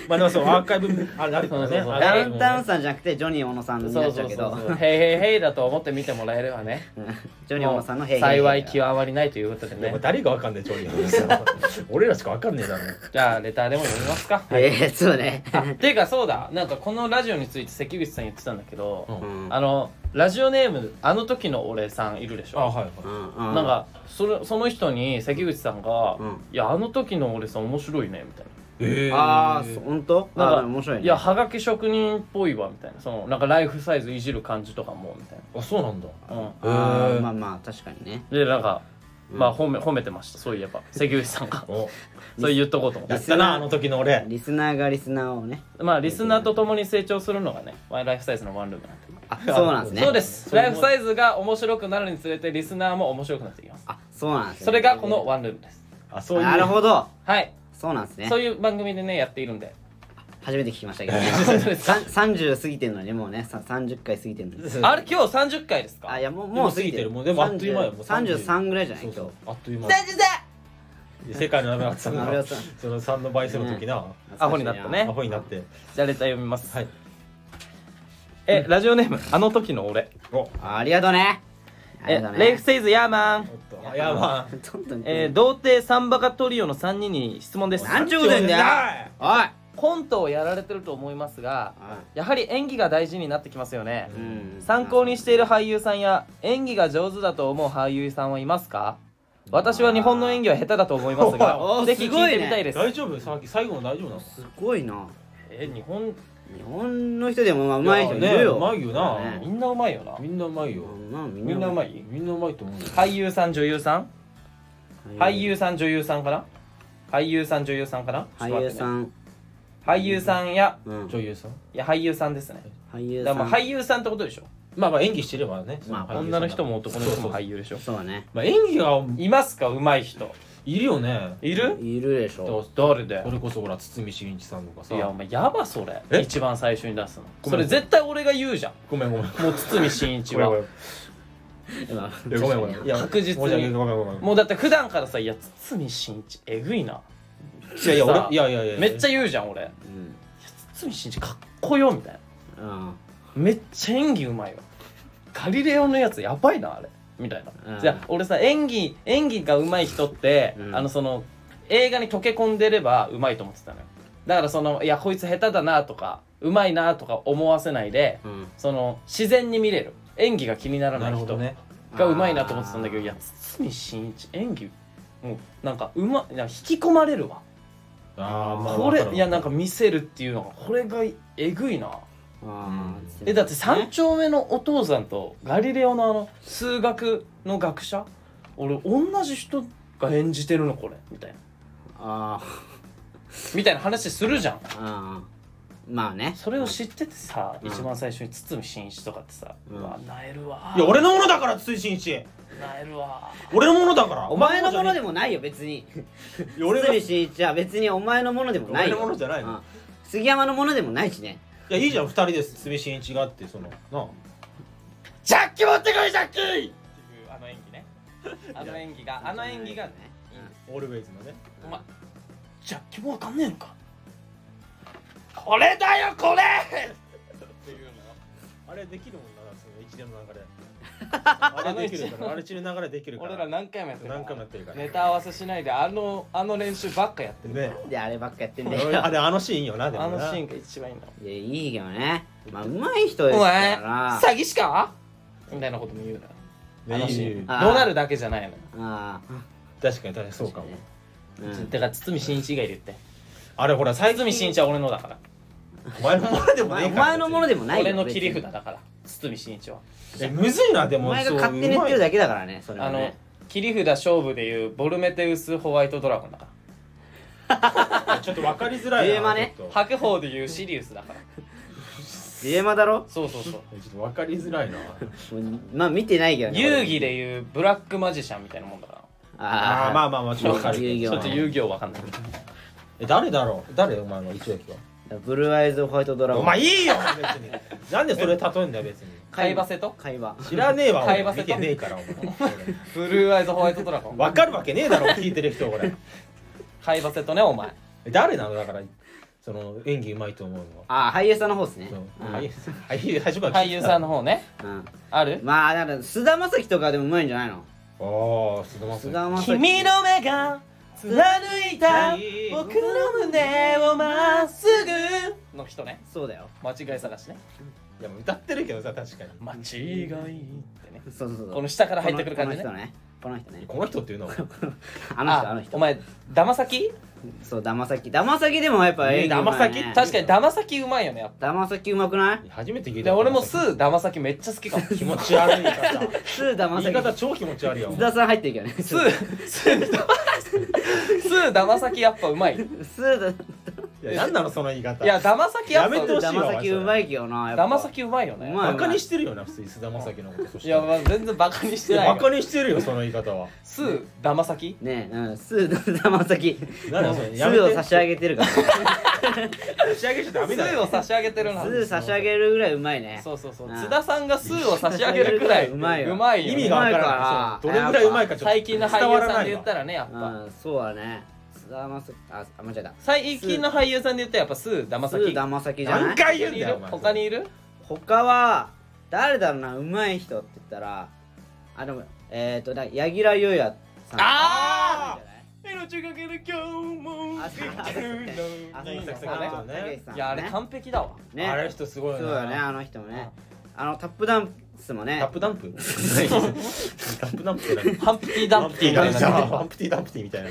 S3: まあでもそうアーカイブあれあるからね
S2: そうそうそう
S3: アーカ
S1: ダ
S3: イ
S1: ウ
S3: ブ
S1: ン
S3: も
S1: タウ
S3: ね
S1: ンさんじゃなくてジョニー小野さん
S2: そう
S1: に
S2: そ
S1: な
S2: う
S1: っち
S2: そ
S1: ゃう
S2: う
S1: け
S2: そ
S1: ど
S2: うへいへいへいだと思って見てもらえればね
S1: うん ジョニー小野さんの
S2: もう
S1: 平
S2: 幸い極まりないということで
S3: ね
S2: ね
S3: 誰がわかんねえ調理俺らしかわかんねえだろ
S2: じゃあレターでも読みますか
S1: ええそうね
S2: あていうかそうだなんかこのラジオについて関口さん言ってたんだけど、
S3: うん
S1: うん
S2: あのラジオネームあの時の俺さんいるでしょ
S3: あはいはい
S1: な
S2: なんかそれその人に関口さんが「
S1: うん
S2: いやあの時の俺さん面白いね」みたい
S3: え
S1: ああ本当
S2: な
S1: あ
S2: な
S1: あ面白いね
S2: いやはがき職人っぽいわ」みたいなそのなんかライフサイズいじる感じとかもみたい
S3: あそうなんだ
S2: な、うん、
S1: あ
S3: へ
S1: ー
S3: ー
S1: まあまあ確かにね
S2: でなんか、まあ褒め褒めてましたそういえば関口さん が
S3: お
S2: それ言っとこうと思
S3: や
S2: っ
S3: ってたなあの時の俺
S1: リスナーがリスナーをね
S2: まあリスナーと共に成長するのがねワイライフサイズのワンルームなんで
S1: あそうなんですね
S2: そうです。
S3: それ
S2: ラ
S3: も
S2: イフサイズが面白くなるにつれてリスナーも面白くなっていきます。
S1: あそうなんですね
S2: それがこのワンルームです。
S3: あそういう
S1: なるほど
S2: はい。
S1: そうなんですね
S2: そういう番組でねやっているんで。
S1: 初めて聞きま したけどねさん30過ぎてんのにねもうねさ30回過ぎてんのに
S2: あれ今日三十回ですか。
S1: あいやもう
S3: でも
S1: もう過ぎてる
S3: 過ぎてるもうでもあっという間よ
S1: 30
S3: もう30
S1: 33ぐらいじゃない
S3: そ
S1: 今日
S3: うそうあっという間世界の鍋がさん
S1: 鍋
S3: が
S1: 脇さん
S3: その3の倍数の時な
S2: アホになったね
S3: アホになって
S2: じゃあレター読みます。
S3: はい
S2: えラジオネームあの時の俺。
S3: おおっ
S1: ありがとうねあり
S2: え
S1: がとうね
S2: レイフサイズヤーマン。
S3: とやば
S1: どんどん
S2: えー童貞サンバカトリオの三人に質問です。
S1: なんちゅうこと言うんだよおい
S2: コントをやられてると思いますが、やはり演技が大事になってきますよね。
S1: うん
S2: 参考にしている俳優さんや演技が上手だと思う俳優さんはいますか私は日本の演技は下手だと思います
S1: お
S2: が
S1: ー
S2: ぜひ聞いてみたいです
S3: 大丈夫さっき最後の大丈夫なの
S1: すごいな
S2: え日本
S1: 日本の人でもまあうまい人い
S3: や
S1: る
S3: ね
S1: よ
S3: うまいよな
S2: みんなうまいよな
S3: みんなうまいよ
S1: まあみ
S2: みんなうまい
S3: みんなうまいと思うよ
S2: 俳優さん女優さん俳優さん女優さんかな俳優さん女優さんかなちょっと
S1: 俳
S2: 待
S1: 優
S2: ってね
S1: さん、
S2: 俳優さんや
S1: うん、
S3: 女優さん
S2: いや俳優さんですね
S1: 俳優
S2: だ
S1: さ
S2: から
S1: ん
S2: まあ俳優さんってことでしょ
S3: まあまあ演技してればね
S1: まあ
S3: そ俳優さん
S2: 女の人も男の人
S3: そう
S2: も
S3: そう
S2: 俳優でしょ
S1: そうね
S3: まあ演技が
S2: いますか上手い人
S3: いるよね
S2: いる
S1: いるでしょ
S2: 誰だ
S3: それこそほら堤真一さんとかさ
S2: いやお前やばそれ
S3: え
S2: 一番最初に出すの
S3: ご
S2: そ
S3: めん
S2: れ絶対俺が言うじゃん
S3: ごめんごめん
S2: もう堤真一
S3: ごめ
S2: は
S3: ん
S1: 今
S3: ごめんごめんごめんいや
S2: 確実に
S3: 申し訳ないごめんごめん
S2: もうだって普段からさいや堤真一えぐいない
S3: やいや
S2: さ
S3: 俺いやいやいや
S2: めっちゃ
S3: ゃ
S2: 言うじゃん俺
S1: うん
S2: 堤真一かっこよみたいな
S1: あ
S2: めっちゃ演技うまいよガリレオのやつやばいなあれみたいな、
S1: うん
S2: じゃあ俺さ演技演技がうまい人って、
S1: うん
S2: あのその映画に溶け込んでればうまいと思ってたのよだからそのいやこいつ下手だなとかうまいなとか思わせないで
S1: あうん
S2: その自然に見れる演技が気にならな
S3: ないるほ
S2: 人
S3: どね
S2: がうまいなと思ってたんだけどいや
S1: あ
S2: 堤真一演技もうなんかうまなんか引き込まれるわ
S3: あーまあ
S2: こ
S3: わか
S2: れ
S3: る
S2: いやなんか見せるっていうのがこれがえぐいな
S1: ーあー
S2: えだって三丁目のお父さんとガリレオのあの数学の学者俺同じ人が演じてるのこれみたいな
S1: あー
S2: みたいな話するじゃん
S1: あーまあね
S2: それを知っててさ、
S1: うん
S2: 一番最初に堤真一とかってさ、う
S1: うん
S2: わなえるわ
S3: いや俺のものだから堤真一
S2: なえるわ
S3: 俺のものだから
S1: お前のもので
S3: で
S1: もないよ別に
S3: 俺が
S1: 堤真一は別にお前のものでもないよ
S3: 俺のものじゃないの
S1: うん杉山のものでもないしね
S3: いやいいじゃん二人です堤真一があってそのなあ
S2: ジャッキ持ってこいジャッキーっていうあの演技ねあの演技があの演技がね
S3: オールウェイズのね
S2: お前ジャッキもわかんねえのかこれだよこれっていうの
S3: あれできるもんなその一連の 流れあれできるからあれ一連の流れできるから
S2: 俺ら何回もやってるから
S3: 何回もやってるから
S2: ネタ合わせしないであのあの練習ばっかやってる
S3: ね
S1: うんであればっかやってん だよ
S3: あれあのシーンよなでも
S2: あの
S3: な
S2: シーンが一番いいんだ
S1: いやいいけどねまあ上手い人です
S2: お
S1: か
S2: 前
S1: ら
S2: 詐欺師かみたいなことも言うなあのシ
S3: ねいい
S2: ーン
S3: いい
S2: どうなるだけじゃないの
S1: あ
S3: 確かに確かにそうかも
S1: ーうん
S2: だから堤真一以外で言って
S3: あれほら最
S2: 堤真一は俺のだから
S3: お前のもので
S1: お
S3: もね
S1: 前
S3: え
S1: お
S3: から
S1: 前のものでもないよ
S2: 俺の切り札だから堤真一は
S3: 別にえむずいなで
S1: お
S3: も
S1: 前が
S3: そう
S1: 勝手に言ってるだけだからねそれ
S2: あ
S1: は
S2: の
S1: ね
S2: 切り札勝負でいうボルメテウスホワイトドラゴンだか
S3: うまいちょっと分かりづらいな
S1: テーマね
S3: ちょっ
S2: ら
S3: と
S2: 白鵬でいうシリウスだから
S1: 杉山だろ
S2: そうそう そう
S3: えちょっと分かりづらいな
S1: うんまあ見てないけどね
S2: 遊戯でいうブラックマジシャンみたいなもんだから
S1: あ
S3: あ
S1: あ
S3: ーまあまあまあちょっと分かる
S1: 遊戯
S2: ち
S3: けど
S1: 王
S2: ょっと遊戯王わかんない
S3: え誰だろう誰お前の一駅は
S1: ブルーアイズホワイトドラゴン
S3: お前いいよ別になんでそれ例えんだよ別に
S2: 海馬瀬 と
S1: 会話
S3: 知らねえわ
S2: 会
S3: 俺
S2: 話せ
S3: 見
S2: た
S3: てねえからお前
S2: ブルーアイズホワイトドラゴン
S3: 分かるわけねえだろ聞いてる人これ
S2: 海馬瀬とねお 前
S3: 誰なのだからその演技うまいと思うの
S1: あ
S3: は
S1: あ俳優さんの方ですね
S3: そう
S1: うん
S3: 俳優俳優最初から聞い
S2: 俳
S3: て
S2: 優
S3: た
S2: さんの方ね
S1: うん
S2: ある
S1: まあだから菅田将暉とかでもうまいんじゃないの
S3: ああ菅田
S1: 菅
S3: 将
S1: 田将暉
S2: 君の目が貫いた僕の胸をまっすぐの人ね
S1: そうだよ
S2: 間違い探しね
S3: 暉いやもう歌ってるけどさ確かに
S2: 間違いってね
S1: そうそうそう
S2: この下から入ってくる感じね
S1: この人ねこの人ね
S3: この人っていうのは
S1: あの人あの人
S2: お前ダマサキ
S1: そうダマサキダマサキでもやっぱ演技うまいね
S3: ダマサキ
S2: 確かにダマサキうまいよねやっ
S1: ダマサキうまくない
S3: 初めて聞
S2: ぱ
S3: い
S2: で
S3: た
S2: 俺もスーダマサキめっちゃ好きかも
S3: 気持ち悪い 言い方
S1: スーダマサ
S3: 言い
S1: キ
S3: 方超気持ち悪いよ
S1: 須田さん入ってるけどね
S2: スースーダマスーダマサキやっぱうまい
S1: スー
S3: いや何なのその言い方
S2: いやダマサキやっぱ
S3: やめてほしい
S1: ダマサキうまいけどなやっぱ
S2: ダマサキうまいよね
S1: うまい
S3: バカにしてるよな普通に菅田将暉のことそし
S2: い
S3: て
S2: や、まあ、全然バカにしてないよ
S3: バカにしてるよその言い方は
S2: スーダマサキ
S1: ねえうんスーダマサキ
S3: 何だそれ
S1: ス
S3: やめて
S1: ーを差し上げてるから
S3: 差し上げちゃダ
S2: ス
S3: メだ
S2: ー
S3: よ
S2: を差し上げてるな
S1: スー差し上げるぐらいうまいね
S2: そうそうそう
S1: うん
S2: 津田さんがスーを差し上げるくらいうう
S1: ま
S2: ま
S1: い
S2: い
S1: よ
S2: よね
S3: 意味がわから
S1: うまいから
S3: ないそうどれぐらいうまいかちょっと
S2: 最近の
S3: 伝
S2: 俳
S3: わ
S2: 優
S3: ら
S2: さ
S3: なん
S2: で
S3: い
S2: 言っ
S3: わ
S2: たらねやっぱ
S1: うんそうだね須田まさああ間違えた
S2: 最近の俳優さんで言ったらやっぱスーダマ
S1: ス
S2: サ
S1: ー
S2: キ
S1: ダマサキじゃな
S3: 何
S1: い
S3: 回
S2: 他
S3: 言うん
S2: にい
S3: だよ
S2: る
S3: お前
S2: 他にいる
S1: 他は誰だろうなうまい人って言ったらあでもえっ、ー、とだ柳楽優也さん
S2: あ
S1: じゃない
S2: 命がける今日も
S1: あそうだねあそう
S3: ね
S1: だね
S3: サクサク
S1: あ
S3: と
S1: たけしさんね
S2: いやあれ完璧だわ
S1: ね
S3: あれ人すごいよ
S1: そうだねあの人も
S2: うん
S1: ねあのタップダンスもね
S3: タップ ダンプタップダンプって何
S2: ハンプティダンプティみたいな
S3: ダンプティダンプティみたいな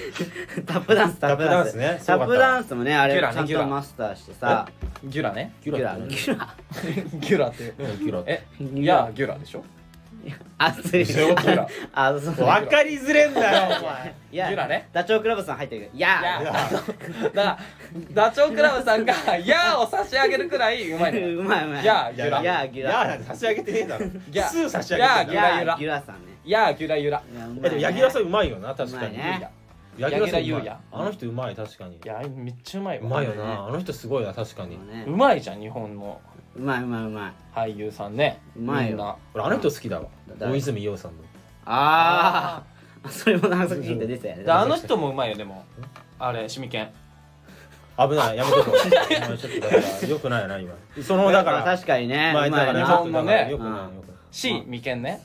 S1: タップダンスタップダンス
S3: タップダンスねす
S1: タッ
S3: ごかった
S1: プダンスもねあれ
S2: ギュ
S1: ち
S2: ラね
S1: ゃん
S2: ギュ
S1: と
S2: ラ
S1: マスターしてさ
S2: ギュラね
S3: ギュラって
S1: ギュラ
S2: ギュラって
S3: 何うんギュラ
S2: えいやギュラでしょ
S1: 熱い
S2: ギュラ
S1: あそう
S3: 分かりづれんだよお前
S1: いや
S2: ギュラね
S1: ダチョウ倶楽部さん入ってるけどい
S2: い
S1: や
S2: や だからダチョウ倶楽部さんが「やー」を差し上げるくらいうまいのよ
S1: うまいうまい
S2: いやギュラ
S1: いやギュ
S3: いや
S1: ラ
S3: なんて差し上げてねえだろ
S2: ギャ
S3: 数差し上げてん
S2: ギ
S3: だ
S2: ャ
S1: いや
S2: ギュ
S3: ろ
S2: ラ
S1: ギュラさんね
S2: 「やーギュラゆら
S1: いやうまいね
S3: えでも柳楽さんうまいよな確か
S1: うまい
S3: に」
S1: ね
S3: 柳楽さんう
S2: 柳楽優
S3: まい
S2: 弥
S3: あの人うまい確かに
S2: いやめっちゃうまいうわ
S3: まいよ
S1: うまいね
S3: なあの人すごいな確かに
S1: そうね
S2: うまいじゃん日本の
S1: うまいうまいうまいう
S2: 俳優さんね
S1: うまいよ
S2: みんな
S3: 俺あの人好きだわ
S1: 誰
S3: 大泉洋さんの
S1: ああそれもなんかヒント出てたよね
S2: であの人もうまいよでもあれシミケン
S3: 危ないやめとこうお前ちょっとだからよくないな今そのだか
S1: まあ
S3: ら
S1: 確かにね
S3: まあ
S1: う
S3: だ
S1: ま
S3: か
S1: い
S3: ら
S2: ね
S3: ちょっ
S1: な
S3: と
S2: 日本
S3: だ
S2: の
S3: か
S2: ね
S3: らよくないよくない
S2: C 眉間ね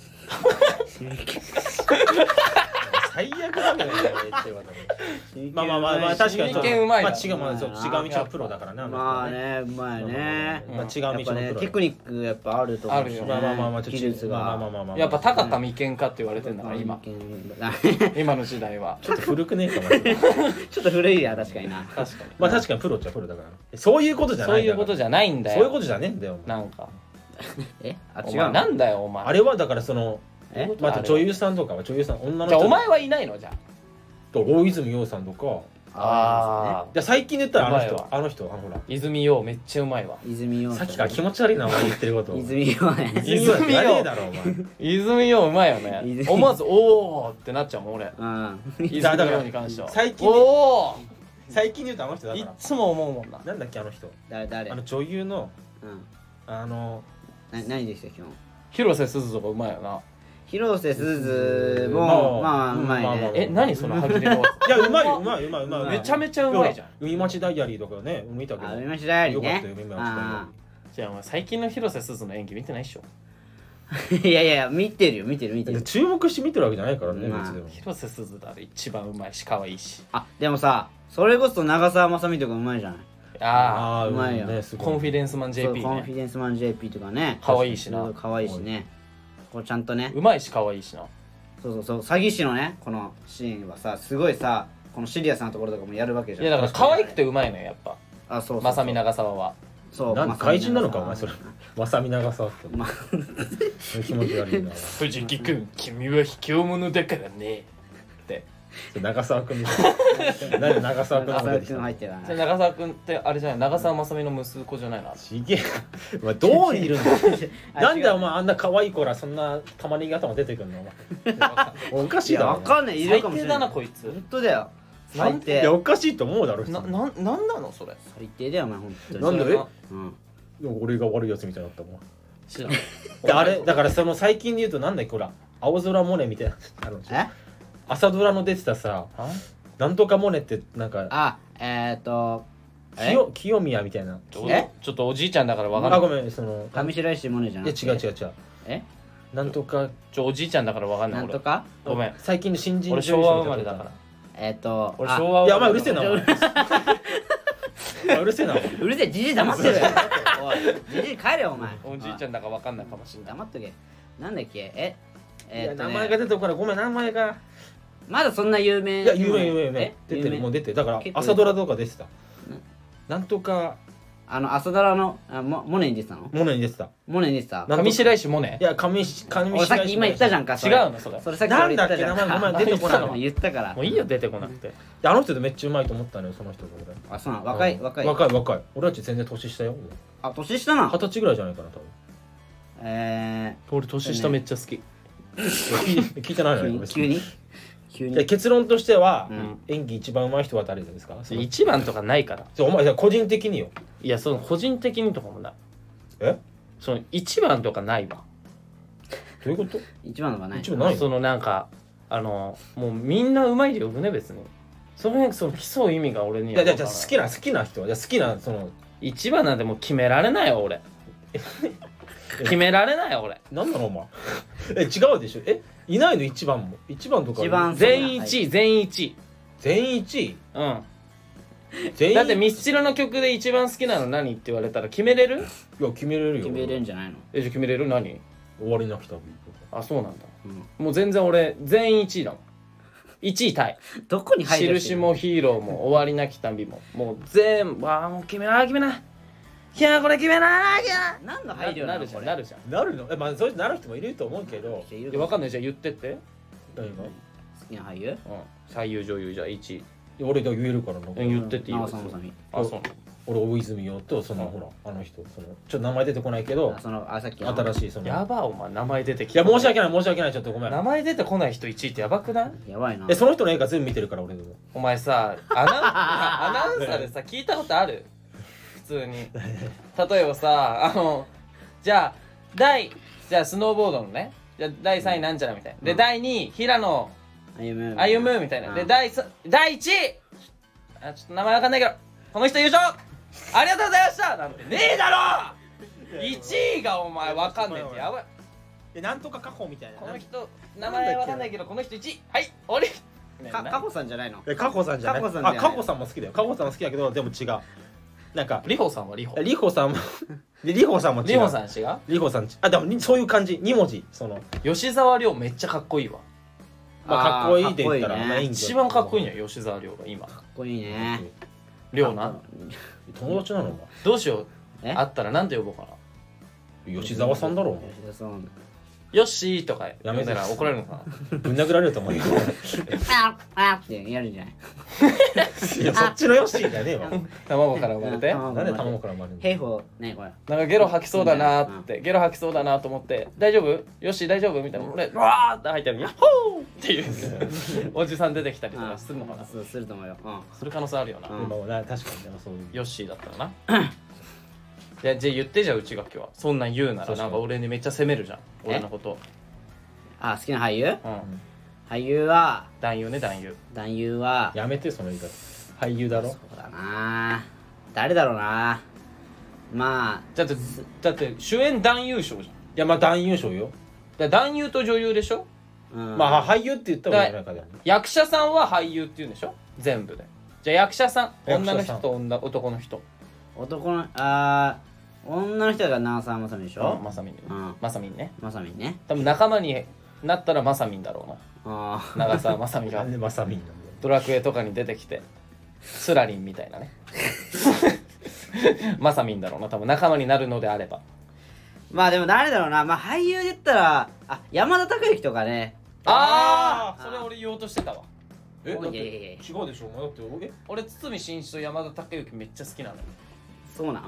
S3: 最悪だけどね言ってることねまあまあまあまあ確かにちょ
S2: 真
S3: っと
S2: 剣うまいな
S3: まあ違うまあそう違う道はプロだからな
S1: まあねうまいね
S3: まあ違う
S1: やっ
S3: 道
S1: ぱ
S3: の
S1: ね
S3: プロ
S1: テクニックやっぱあると思うしね
S2: あるよ
S3: まあまあまあまあちょ
S1: 技
S3: っと
S1: 術が
S3: まあまあまあまあ
S2: やっぱ高田眉間かって言われてんだから今今の時代は
S3: ちょっと古くねえかも
S1: ちょっと古いや確かにな
S2: 確かに
S3: まあ確かにプロっちゃプロだからそういうことじゃ
S2: そ
S3: な
S2: う
S3: い
S2: いうことじゃないんだ
S3: ゃ
S2: よ
S3: そういうことじゃねえんだよお前
S2: なんか
S1: えあ
S2: お
S1: 違う
S2: 前
S1: の
S2: なんだよお前
S3: あれはだからその
S1: え
S3: また女優さんとかは女優さん女の
S2: じゃあ
S3: 人
S2: お前はいないのじゃ
S3: と大泉洋さんとか
S1: あ
S2: あ
S3: じゃあ最近で言ったらあの
S2: うまい
S3: 人
S2: わ
S3: あの人あのほら
S2: 泉洋めっちゃうまいわ
S1: 泉洋
S3: さっきから気持ち悪いなお前言ってること
S1: 泉洋ね
S3: 泉洋なんてやれねえだろ お前
S2: 泉洋うまいよね
S1: 泉
S2: 思わず「おお!」ってなっちゃうもん俺
S1: うん
S2: 泉
S3: やだから
S2: 洋に関しては
S3: 最近ね
S2: おお
S3: 最近で言うとあの人だか
S2: いっ
S3: ら
S2: つも思うもんな
S3: なんだっけあの人
S1: 誰誰
S3: あの女優の
S1: うん
S3: あの
S1: な何でしたっけ今日
S2: 広瀬すずとかうまいよな
S1: 広瀬すず
S3: ま
S1: も
S3: あ
S1: まあうまい
S3: まあま
S1: ね
S3: あ
S2: え何その歯切れの
S3: いやうまいうまいうまいうまい
S2: めちゃめちゃうまいじゃん
S3: 海町ダイアリーとかね見たけど
S1: あ梅だより
S3: よかったよ
S1: ね
S3: 海町ダイア
S1: あ
S2: じゃあお前最近の広瀬すずの演技見てないっしょ
S1: ーいやいやいや見てるよ見てる見
S3: リ
S1: て
S3: ー
S1: る
S3: 注目して見てるわけじゃないからね別
S1: まあ
S3: でも
S2: 広瀬すずだで一番うまいし可愛いし
S1: あでもさそれこそ長澤まさみとかうまいじゃない
S2: あ
S3: ー
S1: うまいよ
S3: ねす
S2: あ
S3: ごい
S2: コンフィデンスマン
S1: そう
S2: JP
S1: コンフィ
S2: ね
S1: デンスマン JP とかね
S2: 可愛いしな
S1: 可愛いしねこうちゃんとね
S2: うまいし可愛いしな
S1: そうそうそう詐欺師のねこのシーンはさすごいさこのシリアスなところとかもやるわけじゃ
S2: い
S1: ん
S2: やだから可愛くてうまいのよやっぱ
S1: あそうそうそう
S2: まさみ長沢は
S1: そう
S3: なんか
S1: まさみ
S3: 怪人なのかお前それわさび長さって
S1: ま
S3: 気持ち悪いな
S2: 藤木君君は卑怯者だからねって
S3: 長澤君みたいななんで長澤君
S1: 長
S3: の
S1: 澤
S3: 出てき
S1: 君
S3: た
S1: 入
S3: の
S1: ってるわ
S2: それ
S1: ね
S2: 長澤君ってあれじゃない長澤まさみの息子じ ゃないの
S3: ちげえお前どういるんだよ
S1: あ
S3: なん
S1: 違
S3: で
S1: う
S3: お前あんな可愛い子らそんな玉ねぎ頭出てくんのお前おかし
S1: い
S3: いだ
S1: や
S3: ろ
S1: わかんないいる
S2: 最
S1: かもし
S2: 低
S1: れな
S2: だないこいつ
S1: 本当だよ
S2: な
S1: 最
S2: ん
S1: 低
S3: いやおかしいと思うだろ普通
S2: ななんなんなのそれ
S1: 最低だよお前本当に
S3: なんでえ
S1: うん
S3: でも俺が悪いやつみたいになったもん
S2: 知らん
S3: であれだからその最近で言うとなんだっけほら青空モネみたいなあの
S1: え
S3: 朝ドラの出てたさ
S2: あ
S3: なんとかモネってなんか
S1: あえっとえ
S3: 清清宮みたいな
S2: ちょちょっとおじいちゃんだからわかんな
S3: あ
S2: い
S3: ごめんその
S1: 上白石萌音じゃ
S3: い
S1: な
S3: や
S1: くて
S3: 違う違う違う
S1: え
S3: なんとか
S2: ちょおじいちゃんだからわかんない
S1: なん
S2: 俺
S1: とか
S2: ごめん
S3: 最近の新人
S2: 俺昭和生まれだから
S1: えっと
S2: 俺
S1: あ
S2: 昭和
S3: いやお前うる
S2: 生
S3: せえな
S2: ま
S3: お
S2: れだから
S3: 前あうるせえなお前
S1: うるせえじじい黙ってろよおいじじい帰れよお前
S2: おじいちゃんだからわかんないかもしれない
S1: 黙っとけなんだっけえ
S3: い
S1: え
S3: や
S1: っと
S3: 名
S1: ね
S3: 前が出てこないごめん名前が
S1: まだそんな有名
S3: いや有名有名有名
S1: え
S3: 出てるもう出てるだから
S1: 結構
S3: 朝ドラとか出てたなんとか
S1: あの朝ドラのあモモネに出てたの
S3: モネに出てた
S1: モネに出てた
S3: なんと
S2: 上白石萌音
S3: いや上し上
S1: 俺さっき今言ったじゃんか
S2: 違
S1: れ
S2: うのそれ
S1: それさっき俺言ったじゃん
S3: なんだっけ名前ごめん出てこないわ
S1: 言ったから
S2: もういいよ出てこなくて
S3: いやあの人でめっちゃうまいと思ったのよその人が俺
S1: あそうなの若い
S3: うん
S1: 若い
S3: 若い若い俺たち全然年下よ
S1: あ年下な
S3: 二
S1: の
S3: 十歳ぐらいじゃないかな多
S1: え
S2: 俺年下めっちゃ好き
S3: 分いや聞い聞いてないのよ
S1: ー
S3: 別
S1: 急に急
S3: い
S1: に
S3: や結論としては
S1: うん
S3: 演技一番うまい人は誰ですかその
S2: 一番とかないから
S3: そうお前いや個人的によ
S2: いやその個人的にとかもない
S3: えど
S2: その一番とかないわ
S3: ういうこと
S1: 一番のがない
S3: 一部ない
S2: そ
S3: の
S2: のなんかあのもうみんなうまいでよくね別にその辺その競う意味が俺に
S3: い
S2: は
S3: やいや
S2: 分
S3: い
S2: か
S3: や
S2: ら
S3: 好
S2: ない
S3: きな好きな人はいや好きなその
S2: 一番なんてもう決められないよ俺決められないよ俺
S3: なんなのお前 え違うでしょえいないの一番も一番とか
S1: 一番
S2: 全員1位全員1位
S3: 全員一位
S2: う
S3: 全
S2: ん
S3: 員
S2: だってミスチルの曲で一番好きなの何って言われたら決めれる
S3: いや決めれるよ
S1: 決めれんじゃないの
S2: えじゃあ決めれる何
S3: 終わりなき旅
S2: あそうなんだ
S3: うん
S2: もう全然俺全員1位だもん1位タイ
S1: どこに配慮して
S2: 印
S1: る
S2: もヒーローも終わりなき旅ももう全部ああもう決めな決めないやーこれ決めなきゃ
S1: 何の配
S2: な
S1: 慮
S2: な
S1: なの
S2: るじゃ
S1: こ
S2: ん
S1: れ
S2: なるじゃん
S3: なるのえまあそういう人なる人もいると思うけど
S1: いる
S2: いやわかんないじゃあ言ってって、
S3: 何が
S1: 好きな俳優
S2: うん、最優女優じゃあ1位
S3: 俺が言えるからな
S2: 言ってっていい
S1: 長
S2: よ
S1: 澤まさみ
S2: あそう
S3: 俺大泉洋とそのほらあの人そのちょっと名前出てこないけど
S1: あそのあさっきの
S3: 新しいその
S2: や
S3: い
S2: ばお前名前出てき
S3: や申し
S2: ない
S3: 訳ない申し訳ないちょっとごめん
S2: 名前出てこない人1位ってやばくない
S1: やばいな
S3: えその人の映画全部見てるから俺でも
S2: お前さアナアナウンサーでさ聞いたことある普通に例えばさあのじゃあ第じゃあスノーボードのねじゃあ第3位なんちゃらみたいな、で
S1: うん
S2: 第2位平野
S1: 歩む
S2: 歩夢みたいな、で
S1: うん
S2: 第さ第1位あちょっと名前わかんないけどこの人優勝ありがとうございましたなんてねえだろ1位がお前わかんねえってやばい
S3: えなんとか過去みたい
S2: この人名前わかんないけどこの人1位はい俺ね
S1: かかほさんじゃないの
S3: えカホさんじゃない
S1: カホさんじゃない
S3: あカホさんも好きだよカホさんも好きだけどでも違うな んか
S2: リホさんはリホ
S3: リホさんも でリホさんも違う
S2: リホさん違う
S3: リホさんちあでもにそういう感じ2文字その
S2: 吉沢亮めっちゃかっこいいわ
S3: まあかっこいいで言ったら
S1: あー
S3: まあ
S1: か
S3: んけど
S2: 一番かっこいいのよ吉沢亮が今
S1: っこいいね
S2: 亮な
S3: 友達なのか
S2: どうしよう
S1: え
S2: あったらなんて呼ぼうかな
S3: 吉沢さんだろう
S1: 吉田さん
S2: よっしーとか
S3: や
S2: や
S3: め
S2: め
S3: て
S2: たら怒られるのか な
S3: ぶん殴られると思うよ
S1: ああってやるんじゃない
S3: い やそっちのヨッシーじゃねえわ
S2: 卵から生まれて
S1: うん
S3: なんで卵から生まれるの
S1: 兵法ねこれ
S2: なんかゲロ吐きそうだなーってゲロ吐きそうだなーと思って大丈夫よっしー大丈夫みたいな俺うわーって吐いたらヤッホーっていうおじさん出てきたりとかするのかな
S1: そうすると思うようん
S2: する可能性あるよな
S1: うん
S3: まあな確かにでもそういう
S2: ヨッシーだったらないやじゃあ言ってじゃあ内垣はそんなん言うならなんか俺にめっちゃ責めるじゃん
S1: え
S2: 俺のこと
S1: あ好きな俳優
S2: うん
S1: 俳優は
S2: 男優ね男優
S1: 男優は
S3: やめてその言い方俳優だろ
S1: そうだな誰だろうなま
S2: だってだって主演男優賞じゃん
S3: いやまあ男優賞よ
S2: だから男優と女優でしょ
S1: あうん
S3: まあ俳優って言ったら俺の中では
S2: 役者さんは俳優っていうんでしょ全部でじゃあ役者さん
S3: 役者
S2: 女
S3: さん
S2: の人と女男の人
S1: 男のあー女の人が長澤まさみでし
S2: うん
S1: ょ
S2: まさみんね
S1: うん
S2: まさみんね
S1: まさみね
S2: 多分仲間になったらまさみんだろう
S1: あ
S2: な長澤まさみ
S3: な
S2: が
S3: んでまさみんなんだよ
S2: ドラクエとかに出てきてスラリンみたいなね まさみんだろうな多分仲間になるのであれば
S1: ーまあでも誰だろうなまあ俳優で言ったらあ山田孝之とかね
S2: あ
S1: あー
S2: あそれ俺言おうとしてたわ
S3: えだって
S1: いやいやいや
S3: 違うでしょお前だって俺
S2: 俺堤真一と山田孝之めっちゃ好きなのよ
S1: そうなん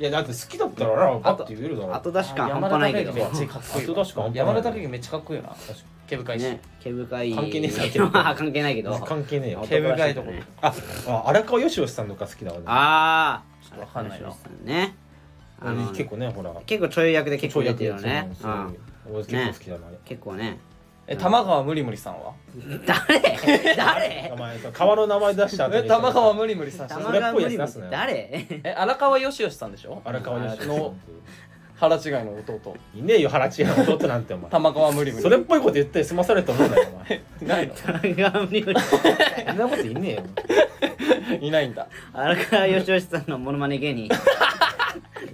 S3: いやだって好きだったらな
S1: あ
S3: バ
S1: と
S3: ッて言えるだろ
S1: 後出し感半端ないけど
S2: 山田孝之めっちゃかっこいいわ
S3: 後
S2: 山
S3: 出し感半端ない
S2: 田孝之めっちゃかっこいいよな
S3: 確か
S2: 毛深いし、
S1: ね毛深い
S3: 関係ねえ
S1: け
S3: け
S1: ど
S3: ど
S1: まあ関係ないけど
S3: に関係ねえよ
S1: 男らしいけどね
S2: 毛深いと
S3: ああ荒川よしよしさんとか好きだわね
S1: ああ
S2: ちょっとわかんないな
S1: ねあ
S3: 俺
S1: の
S3: 結構ねほら
S1: 結構ちょい役で結構出てるよ
S3: や
S1: ね
S3: つ
S1: う
S3: なの
S1: ん
S3: すごい俺結構好きだなあれ
S1: 結構ね
S2: え玉川ムリムリさんは
S1: 誰誰
S3: 名前川の名前出した後
S2: え
S3: に
S2: 玉川ムリムリさん知ら
S1: 玉
S2: ない
S1: 川無理
S3: それっぽいやつ出すなよ
S1: 誰
S2: え荒川よしよしさんでしょ
S3: 荒川よしよしさんってい
S2: 腹違いの弟
S3: ういねえよ原千恵の弟なんてお前
S2: 玉川ムリムリ
S3: それっぽいこと言って済まされると思うんだよお 前
S2: ないの
S1: 玉川無理無理
S3: そんなこといねえよ
S2: いないんだ
S1: 荒川よしよしさんのモノマネ芸人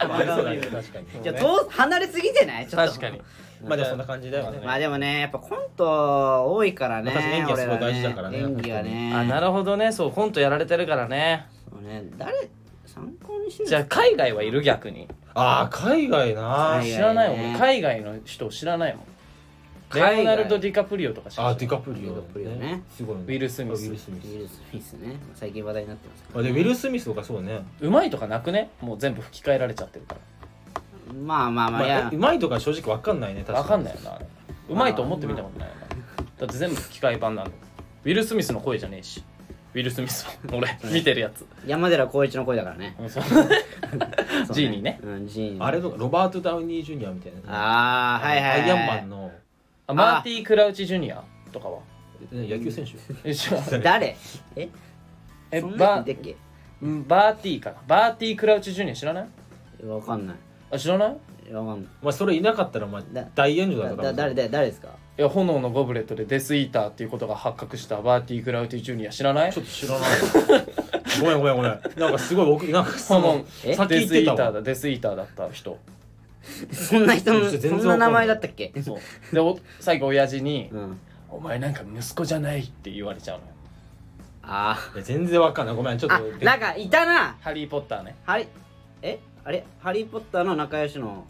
S3: お前
S1: 玉川無理無理
S3: 確かに
S1: じゃあどう離れすぎてないちょっと
S2: 確かに
S3: まあでもそんな感じだよね
S1: まあでもねやっぱコント多いからね
S3: 私演技はすごい
S1: 俺らね
S3: 大事だからね
S1: 演技はね
S2: あなるほどねそうコントやられてるからね
S1: そうね誰参考にしてる
S2: じゃあ海外はいる逆に
S3: ああ海外な
S1: 海外ね
S2: 知らないもん海外の人知らないもんレオナルド・ディカプリオとか知ら
S3: あ
S2: な
S3: ー
S2: い
S3: ディカプリオ
S1: ディカプリオね
S3: すごいね
S2: ウィルスミス
S3: あウィル・スミ
S1: ウィ
S3: ス
S1: ル・スミスね最近話題になってますか
S3: あでウィル・スミスとかそうね
S2: うまいとかなくねもう全部吹き替えられちゃってるから
S1: ねまあまあま
S3: ま
S1: あい
S3: あ
S1: や
S3: うまいとか正直わかんないね確
S2: ら
S3: に
S2: 分かんないよなあれうまいと思って見たことないよなだって全部吹き替え版なんだよウィル・スミスの声じゃねえしウィル・スミスは俺見てるやつ
S1: 山寺宏一の声だからね
S2: そう
S1: そう
S2: ジーニーね
S1: うんジーニー
S3: あれとかロバート・ダウニー・ジュニアみたいな
S1: ああはいはい
S3: アイアンマン
S1: ン
S3: の
S2: あマーティー・クラウチ・ジュニアとかは
S3: ね野球選手
S2: え違 う
S1: 誰え
S2: え
S1: そんな
S2: バ
S1: 人いたっけ
S2: バーティーかなバーティー・クラウチ・ジュニア知らない
S1: わかんない
S2: あ知らない
S1: いやわかん
S3: まあそれいなかったらまあ
S1: だ
S3: 大炎上だ
S1: な
S3: っ
S1: い
S3: た
S1: だ
S3: から
S1: だ誰だ誰ですか
S2: いや炎のゴブレットでデスイーターっていうことが発覚したバーティー・クラウチ・ジュニア知らない
S3: ちょっと知らないごめんごめんごめんなんかすごい僕なんかそ
S2: 炎
S3: の
S1: え
S3: 先
S2: デ
S3: 言っ
S2: スイー
S3: てた
S2: ター
S3: わ
S2: だデスイーターだった人
S1: そんな人の
S3: 全然
S1: そ
S3: わかんない
S1: んな名前だったっけ
S2: そうでお最後親父に
S1: うん
S2: 「お前なんか息子じゃない」って言われちゃうのよ
S1: あー
S3: いや全然わかんないごめんちょっ
S1: あ
S3: とで
S1: なんかいたな
S2: 「ハリー・ポッターね
S1: ハリえあれハリー・ポッターの仲良しの」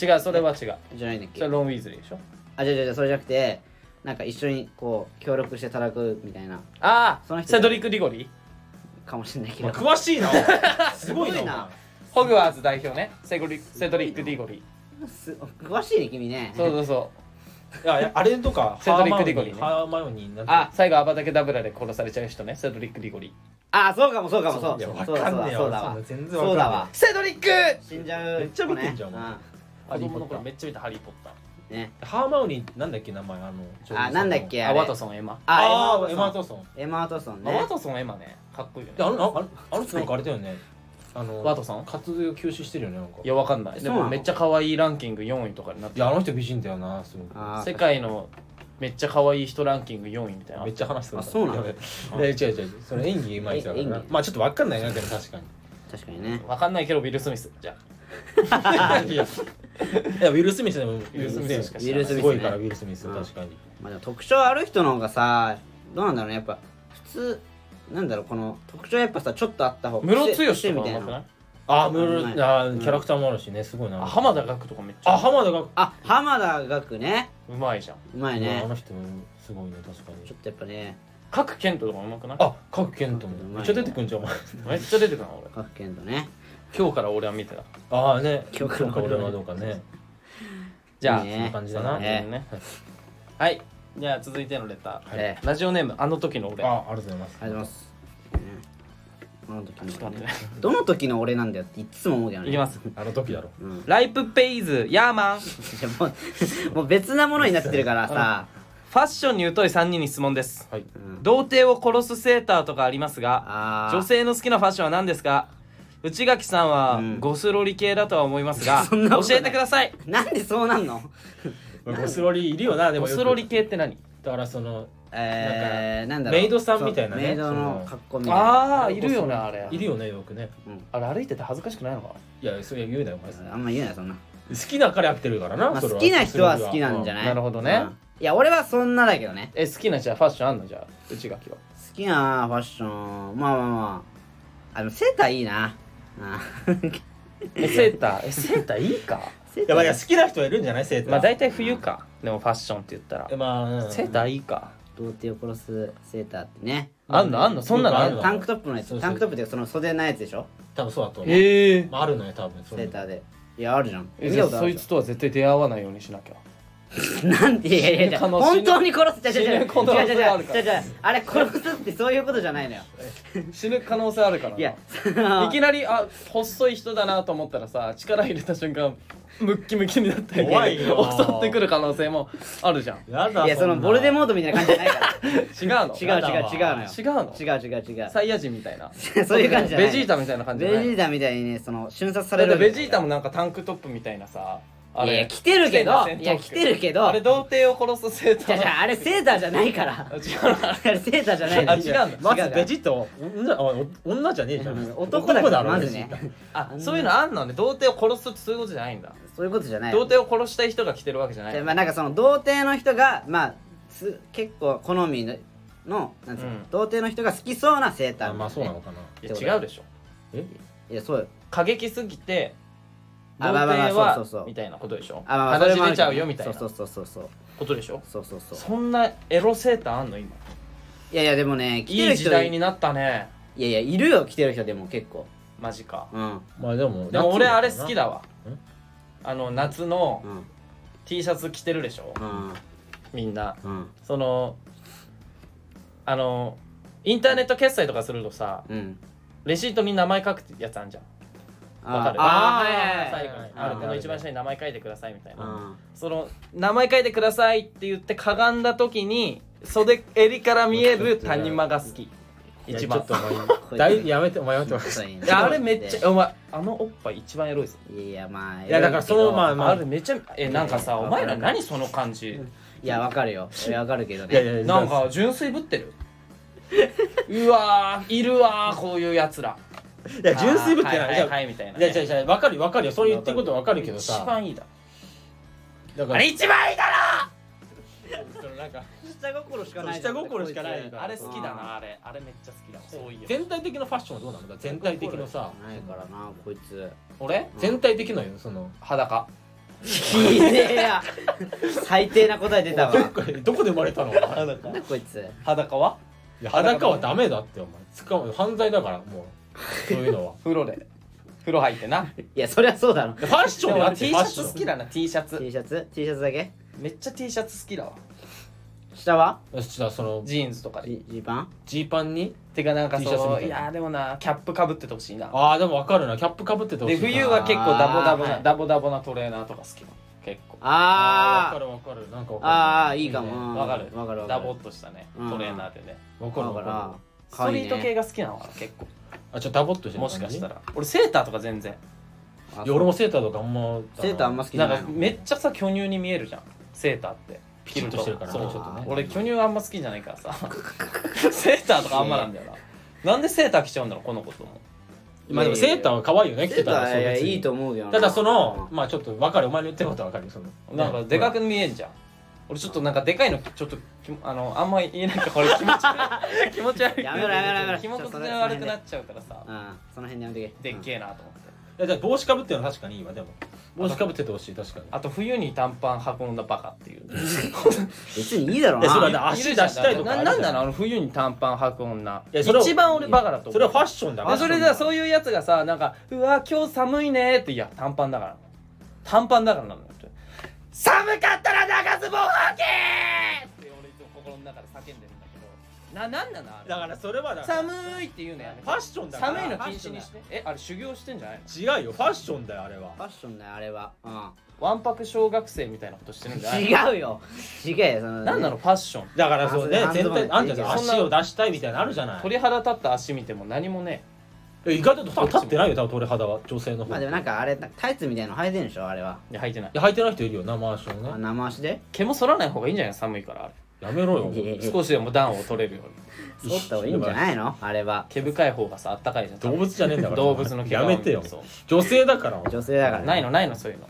S2: 違うそれは違う
S1: じゃないんだっ
S2: そ
S1: け
S2: れロン・ウィーズリーでしょ
S1: あじゃじゃじゃそれじゃなくてなんか一緒にこう協力して戦うみたいな
S2: あ
S1: その
S2: あ
S1: 人
S2: セドリック・ディゴリー
S1: かもしれないけ
S3: ま
S1: ど
S3: あ詳しいなお前すごい
S1: すごい
S3: な
S1: な
S2: ホグワーツ代表ねセドリセドリック・ディゴリ
S1: す詳しいね君ね
S2: ーそうそうそう
S3: お前いやあれとか
S2: セドリックディゴリーね
S3: ハーマヨニーハーマヨニーなんて
S2: あ最後アバタケダブラで殺されちゃう人ねセドリック・ディゴリー
S1: あそうかもそうかもそう
S3: いやわ
S1: そうだ
S3: かん
S1: そう
S3: ねえ
S1: だ
S3: よ
S1: そうだわ
S3: 全然わか
S1: そ
S3: んねえ
S1: うだわ
S2: セドリック
S1: 死んじゃう
S3: めっちゃ見てんじゃん
S1: 子ね
S3: お前
S2: 子供の頃
S3: ハリーポッ
S2: めっちゃ見たハリー・ポッター
S1: うんね
S3: ターハーマヨニーなんだっけ名前あの女優さ
S1: あなんだっけ
S2: あ
S1: あれ
S2: ワトソンエマ
S3: あ
S1: あ
S3: ーエマートソン
S1: エマートソン
S2: あ
S1: ね
S2: ワトソンエマねかっこいいよ
S3: であ
S2: ね
S3: のああの人なんかあれだよねあの
S2: ワトソン
S3: 活動休止してるよねなんか
S2: いやわかんない
S1: そ
S2: で
S1: うなの
S2: もめっちゃ可愛いランキング4位とかになって
S3: いやあの人美人だよなすごく
S1: あー
S2: 世界のめっちゃ可愛い人ランキング4位みたいな
S3: めっちゃ話する
S1: あそうなの
S3: やべえいや違う違う違うそれ演技うまい人だから
S1: え
S3: な
S1: 演技
S3: まあちょっとわかんないなでも確かに
S1: 確かにね
S2: わかんないけどビル・スミスじゃ
S3: いやいやウィル・スミスでもウィ
S2: ルスミスしか知
S1: らない
S3: すごいからウィル・スミス
S1: うん
S3: 確かに
S1: まあでも特徴ある人の方がさどうなんだろうねやっぱ普通なんだろうこの特徴やっぱさちょっとあった方
S2: あムロツ
S1: 癖
S2: ヨシと
S1: み
S2: か
S1: たい
S2: もくな
S1: ない
S3: あ
S1: う
S3: ム
S1: ん
S3: ルあーキャラクターもあるしねすごいな
S2: あ浜田岳とかめっち
S3: あ
S2: ゃ
S3: 浜田が
S1: あ浜田岳ね
S2: うまいじゃん
S1: うまい
S3: あ
S1: ね
S3: の人すごいね確か
S1: ちょ
S3: に
S1: っとやっぱね
S2: 各賢人とかうまくない
S3: あ賀来賢人も
S1: うまいね
S3: めっちゃ出てくんじゃんお前
S2: めっちゃ出てくるな俺
S1: 各県とね
S2: 今日から俺は見てた
S3: ああね
S1: 今日から
S3: 今俺はどうかね
S2: じゃあ
S1: いい
S3: そん
S1: ね
S3: な感じだな
S1: そうだね
S2: ねはいじゃあ続いてのレター
S3: はい
S1: ええ
S2: ラジオネームあの時の俺
S3: あありがとうございま
S1: あ
S3: す
S1: りがとうございますねどの時
S2: ちょっと
S1: の俺
S2: 待って
S1: ね
S2: ね
S1: どの時の俺なんだよっていっつも思うけどね
S2: いきます
S3: あの時だろ
S1: うん
S2: ライプペイズヤーマンフ
S1: いやもう もう別なものになってるからさ、
S2: ァッションに疎い3人に質問です
S3: はい
S1: うん
S2: 童貞を殺すセーターとかありますが
S1: あー
S2: 女性の好きなファッションは何ですか内垣さんは
S1: うん
S2: ゴスロリ系だとは思いますが、
S1: そんなこと
S2: 教
S1: ない
S2: えてください
S1: なんでそうなんの
S3: ゴスロリいるよなでも
S2: ゴ
S3: よ
S2: ス
S3: く
S2: ロリ系って何
S3: だからその
S1: えー、なんだろう
S3: メイドさんみたいなね
S1: そうメイドの格好みたいなあ,、
S2: ああいるよなあれ
S3: いるよねよくね
S1: うん、
S2: あれ歩いてて恥ずかしくないのか
S3: いやそれ言うなよお前好
S1: あんま言うなよそんな、
S3: きだからやってるからな、
S1: まあ、
S3: それ
S1: 好きな人は好きなんじゃ
S3: ない、
S1: ない、
S2: うんなるほどね
S1: うんいや俺はそんなだけどね
S2: え好きなじゃあファッションあんのじゃあ内垣 は
S1: 好きなファッションまあまあまああのセーターいいなあ
S2: えセーターえセーターいいか
S1: セー
S3: や
S1: タ
S3: まあ
S1: ー
S3: いや好きな人はいるんじゃない生徒
S2: まあ大体冬かでもファッションって言ったら
S3: えまあ、うん
S2: セーターいいか
S1: 童貞を殺すセーターってね
S2: あんのあんのそんなのあん
S3: う
S2: の
S1: タンクトップのやつ
S3: そうそう
S1: タンクトップってその袖のやつでしょ
S3: 多分そうだと思う、
S2: ええ
S3: まあ、あるのよ多分そ
S1: セ
S3: ういう
S1: ー
S3: の
S1: ターでいやあるじゃん
S2: え
S1: 見
S2: じ
S1: た
S2: ゃ
S1: こと
S2: あ
S1: あ
S2: そ
S1: る
S2: い
S1: じ
S2: つとは絶対出会 わないようにしなき
S1: ゃ
S2: ゃ
S1: んなんていやいやいや
S2: 死ぬ可能
S1: 本当に殺すじゃじゃじゃ
S2: 死ぬ可能性
S1: じゃ
S2: あるから
S1: じゃあれ殺すってそういうことじゃないのよ
S2: 死ぬ可能性あるからない
S1: やそ
S2: い
S1: の
S2: きなりあ細い人だなと思ったらさ力入れた瞬間ムッキムキになって
S3: 怖いよ
S2: 襲ってくる可能性もあるじゃん
S3: やだ
S1: いやその
S3: んな
S1: ボルデモートみたいな感じじゃな いか
S2: 違うの
S1: ら違う違う違うのよ
S2: 違うの
S1: 違う違う違う
S2: サイヤ人みたいな
S1: そういう感じじゃない
S2: ベジータみたいな感じじゃ
S1: ベ
S2: な
S1: ジ
S2: い
S1: ータみたいにねその瞬殺さ
S2: だ
S1: れ
S2: っ
S1: る
S2: て
S1: わけ
S2: ベ
S1: じゃ
S2: ジー
S1: な
S2: タ
S1: い
S2: もなんかタンクトップみたいなさあ
S1: いやいや
S2: れ
S1: 着てるけど
S2: 着ん
S1: い
S2: だよ
S1: や着てるけど
S2: あれ童貞を殺すセータ
S1: じゃ
S2: ー
S1: じゃああれセーターじゃないから
S2: あ違うな
S1: あれセーターじゃないの
S2: あ違うんだ
S3: ま
S1: 違うか
S3: ず
S1: ら
S3: ベジッと女お女じゃねえじゃん
S1: 男だから
S3: ろ
S1: まずね
S3: ベジッ
S2: あそういうのあんのね童貞を殺すってそういうことじゃないんだ
S1: そういうことじゃない
S2: 童貞を殺したい人が着てるわけじゃない
S1: でまあなんかその童貞の人がまあす結構好みののなんつうの、
S2: うん
S1: 童貞の人が好きそうなセーター
S3: タあまあそうなのかない
S2: や違うでしょ
S3: え
S1: いやそうよ
S2: 過激すぎて童
S1: あまあまあまあ
S2: 貞は
S1: そうそうそう
S2: みたいなことでしょ
S1: あまあまあ
S2: 話
S1: それもあ
S2: 出
S1: る
S2: ちゃうよみたいな
S1: そうそうそうそう
S2: ことでしょ
S1: そうそうそうそう
S2: そんなエロセーターあんの今
S1: いやいやでもね来て
S2: い
S1: る
S2: い時
S1: 人
S2: 代になったね
S1: いやいやいるよ来てる人でも結構
S2: マジか
S1: うん
S3: まあでも
S2: でも俺あれ好きだわ
S3: ん
S2: あの夏の
S1: うん
S2: T シャツ着てるでしょ
S1: うん
S2: みんな
S1: うん
S2: そのあのインターネット決済とかするとさ
S1: うん
S2: レシートに名前書くやつあんじゃんわかる
S1: あー
S3: あー
S1: はいはい
S2: 最後
S1: は
S2: に
S1: い
S2: あの
S1: うん
S2: この一番下に名前書いてくださいみたいな
S1: うん
S2: その名前書いてくださいって言ってかがんだ時に袖襟から見える谷間が好き一
S3: 一番
S2: 番
S3: ちょっと お前だいやめてお前やめて
S1: そうい
S2: いやあれめっちゃお前あのおっぱい一番エロいぞ
S1: いやいやまあ
S3: いやだからそのまあま
S2: あれめっちゃえなんかさお前ら何その感じ
S1: いやわかるよいやわかるけどね
S3: いやいや
S2: なんか純粋ぶってるうわーいるわーこういうやつら
S3: いや純粋ぶって
S2: あー
S3: な
S2: はいいは
S3: じゃ
S2: い
S3: あ
S2: はいみたいなね
S3: じゃあじゃあじゃあ分かるよ分かるよそう言ってること分かるけど
S2: 一
S3: さ
S2: 番いいだろ
S3: だ
S2: あ
S3: から
S2: れ一番いいだ
S3: そのなんか
S1: 下心しか
S3: ないじゃん下心しかない
S2: ろあれ好きだなあれあれめっちゃ好きだそういえば
S3: 全体的なファッションはどうなのだ全体的のさ
S1: ないからなこいつ
S2: 俺
S3: 全体的なよその
S2: 裸
S1: ひでえや最低な答え出たわ
S3: どこどこで生ま れたのお前
S1: なんだこいつ
S2: 裸はい
S3: や裸はダメだってお前使う犯罪だからもうそういうのは
S2: 風呂で風呂入ってな
S1: いやそりゃそうだろ
S3: ファッシ
S2: で
S3: ョン
S2: も
S3: だ
S2: 俺
S3: って
S2: T シ
S3: ファッ
S2: ャ
S3: シ
S2: ツ好き
S3: ョ
S2: だな T シャツ
S1: T シャツ T シャツだけ
S2: めっちゃ T シャツ好きだわ
S1: 下は
S3: ンそしたらその
S2: ジーンズとかで
S1: ジジーパン
S3: ジーパンに
S2: てかなんかそ
S3: T シャツみ
S2: の
S3: たい
S2: い
S3: な
S2: やーでもなキャップかぶっててほしいな
S3: ああでも分かるなキャップかぶっててほし
S2: で
S3: いな
S2: 冬は結構ダボダボ
S1: あ
S2: な
S1: ー
S2: ダボダボなトレーナーとか好きなの結構
S3: あ
S1: あ
S3: ー分かる分かるなんか
S1: あ
S3: 分
S1: あ
S3: か
S1: あいいかも
S2: ね
S1: うん
S2: わかる
S1: わかるわか
S2: ダ
S1: る
S2: ボっとしたね
S1: うん
S2: トレーナーでね
S3: る分か
S1: だ
S3: る
S1: か
S3: 分から
S2: ス
S1: 可
S2: ト
S1: 愛
S2: リ
S1: い
S2: ート系
S1: ね
S2: が好きなのかな結構
S3: るあちょっとダボっとしてる
S2: もしかした
S3: 感
S2: ら俺セーターとか全然
S1: あ
S3: じいや俺もセーターとかあんま
S1: セーターあんま好きじ
S2: な
S1: ゃ
S2: ん
S1: ない
S2: か
S1: の
S2: めっちゃさ巨乳に見えるじゃんセーターって
S3: ピチッとしてるからね
S2: そう
S3: ちょっとね
S2: 俺巨乳あんま好きじゃないからさセーターとかあんまなんだよななんでセーター着ちゃうんだろうこの子とも
S3: まあでもセーターは可愛いよね着
S1: セ
S3: て
S1: ータ
S3: たら
S1: ーいや
S3: 別に
S1: いいと思うよな
S3: ただそのまあちょっと分かるお前の言ってることは分かるよその
S2: なんかでかく見えんじゃん俺ちょっとなんかでかいのちょっときもあのあんま言えないからこれ気持ち悪い気持ち悪い
S1: やめろやめろやめろ
S2: 気持ち
S1: ちょっとそ
S2: が
S1: れ
S2: 悪くなっちゃうからさ
S1: うんその辺でやめとけ
S2: でっけ
S1: え
S2: えなと思って
S3: いやじゃあ帽子かぶってるのは確かにいいわでも帽子かぶっててほしい確かに
S2: あと冬に短パン運んだバカ っていう
S1: 別にいいだろう
S3: いやそれは
S1: な
S3: だから足出したいとかあ
S2: な
S3: るじゃん
S2: なんなのあの冬に短パン履く女
S3: いやそれは
S2: 一番俺バカだと思う
S3: それはファッションだ
S2: あそれじゃあそう
S3: いう
S2: いうやつがさなんか「うわ今日寒いね」っていや短パンだから短パンだからなのよ寒かったら長ズボン履けって俺いつも心の中で叫んでるんだけどななんなのあれ
S3: だからそれはだから
S2: 寒いって言うのやめて
S3: ファッションだから
S2: 寒いの禁止にしてえあれ修行してんじゃないの
S3: 違うよファッションだよあれは
S1: ファッションだよあれはうん
S2: わんぱく小学生みたいなことしてるんじゃないの
S1: 違うよ違うよその
S2: なんなのファッション
S3: だからそうね
S1: あそれ
S3: 全体
S1: ハ
S3: あ
S1: ン
S3: ん
S1: ド
S3: じ
S1: マン
S3: ゃ
S1: でいいじゃ
S3: ん
S1: ん
S3: 足を出したいみたいなのあるじゃない
S2: 鳥肌立った足見ても何もね
S3: え意外と立立ってないよ多分鳥肌は女性の
S1: ま
S3: 方
S1: あ
S3: い
S1: でもなんかあれタイツみたいの履いてんでしょあれはい
S2: や履いてない
S3: や履いてない人いるよ生足を
S1: あ
S3: ね
S1: 生足で
S2: 毛も剃らない方がいいんじゃないの寒いからあれ
S3: やめろよ
S1: いやいや
S2: 少しでも暖を取れるように
S1: 剃った方がいいんじゃないのあれは
S2: 毛深い方がさあったかいじゃん多
S3: 動
S2: 分
S3: 物じゃねえんだから
S2: 動物の毛皮
S3: やめてよ
S2: そう
S3: 女性だから
S1: 女性だから
S2: ないのないのそういうの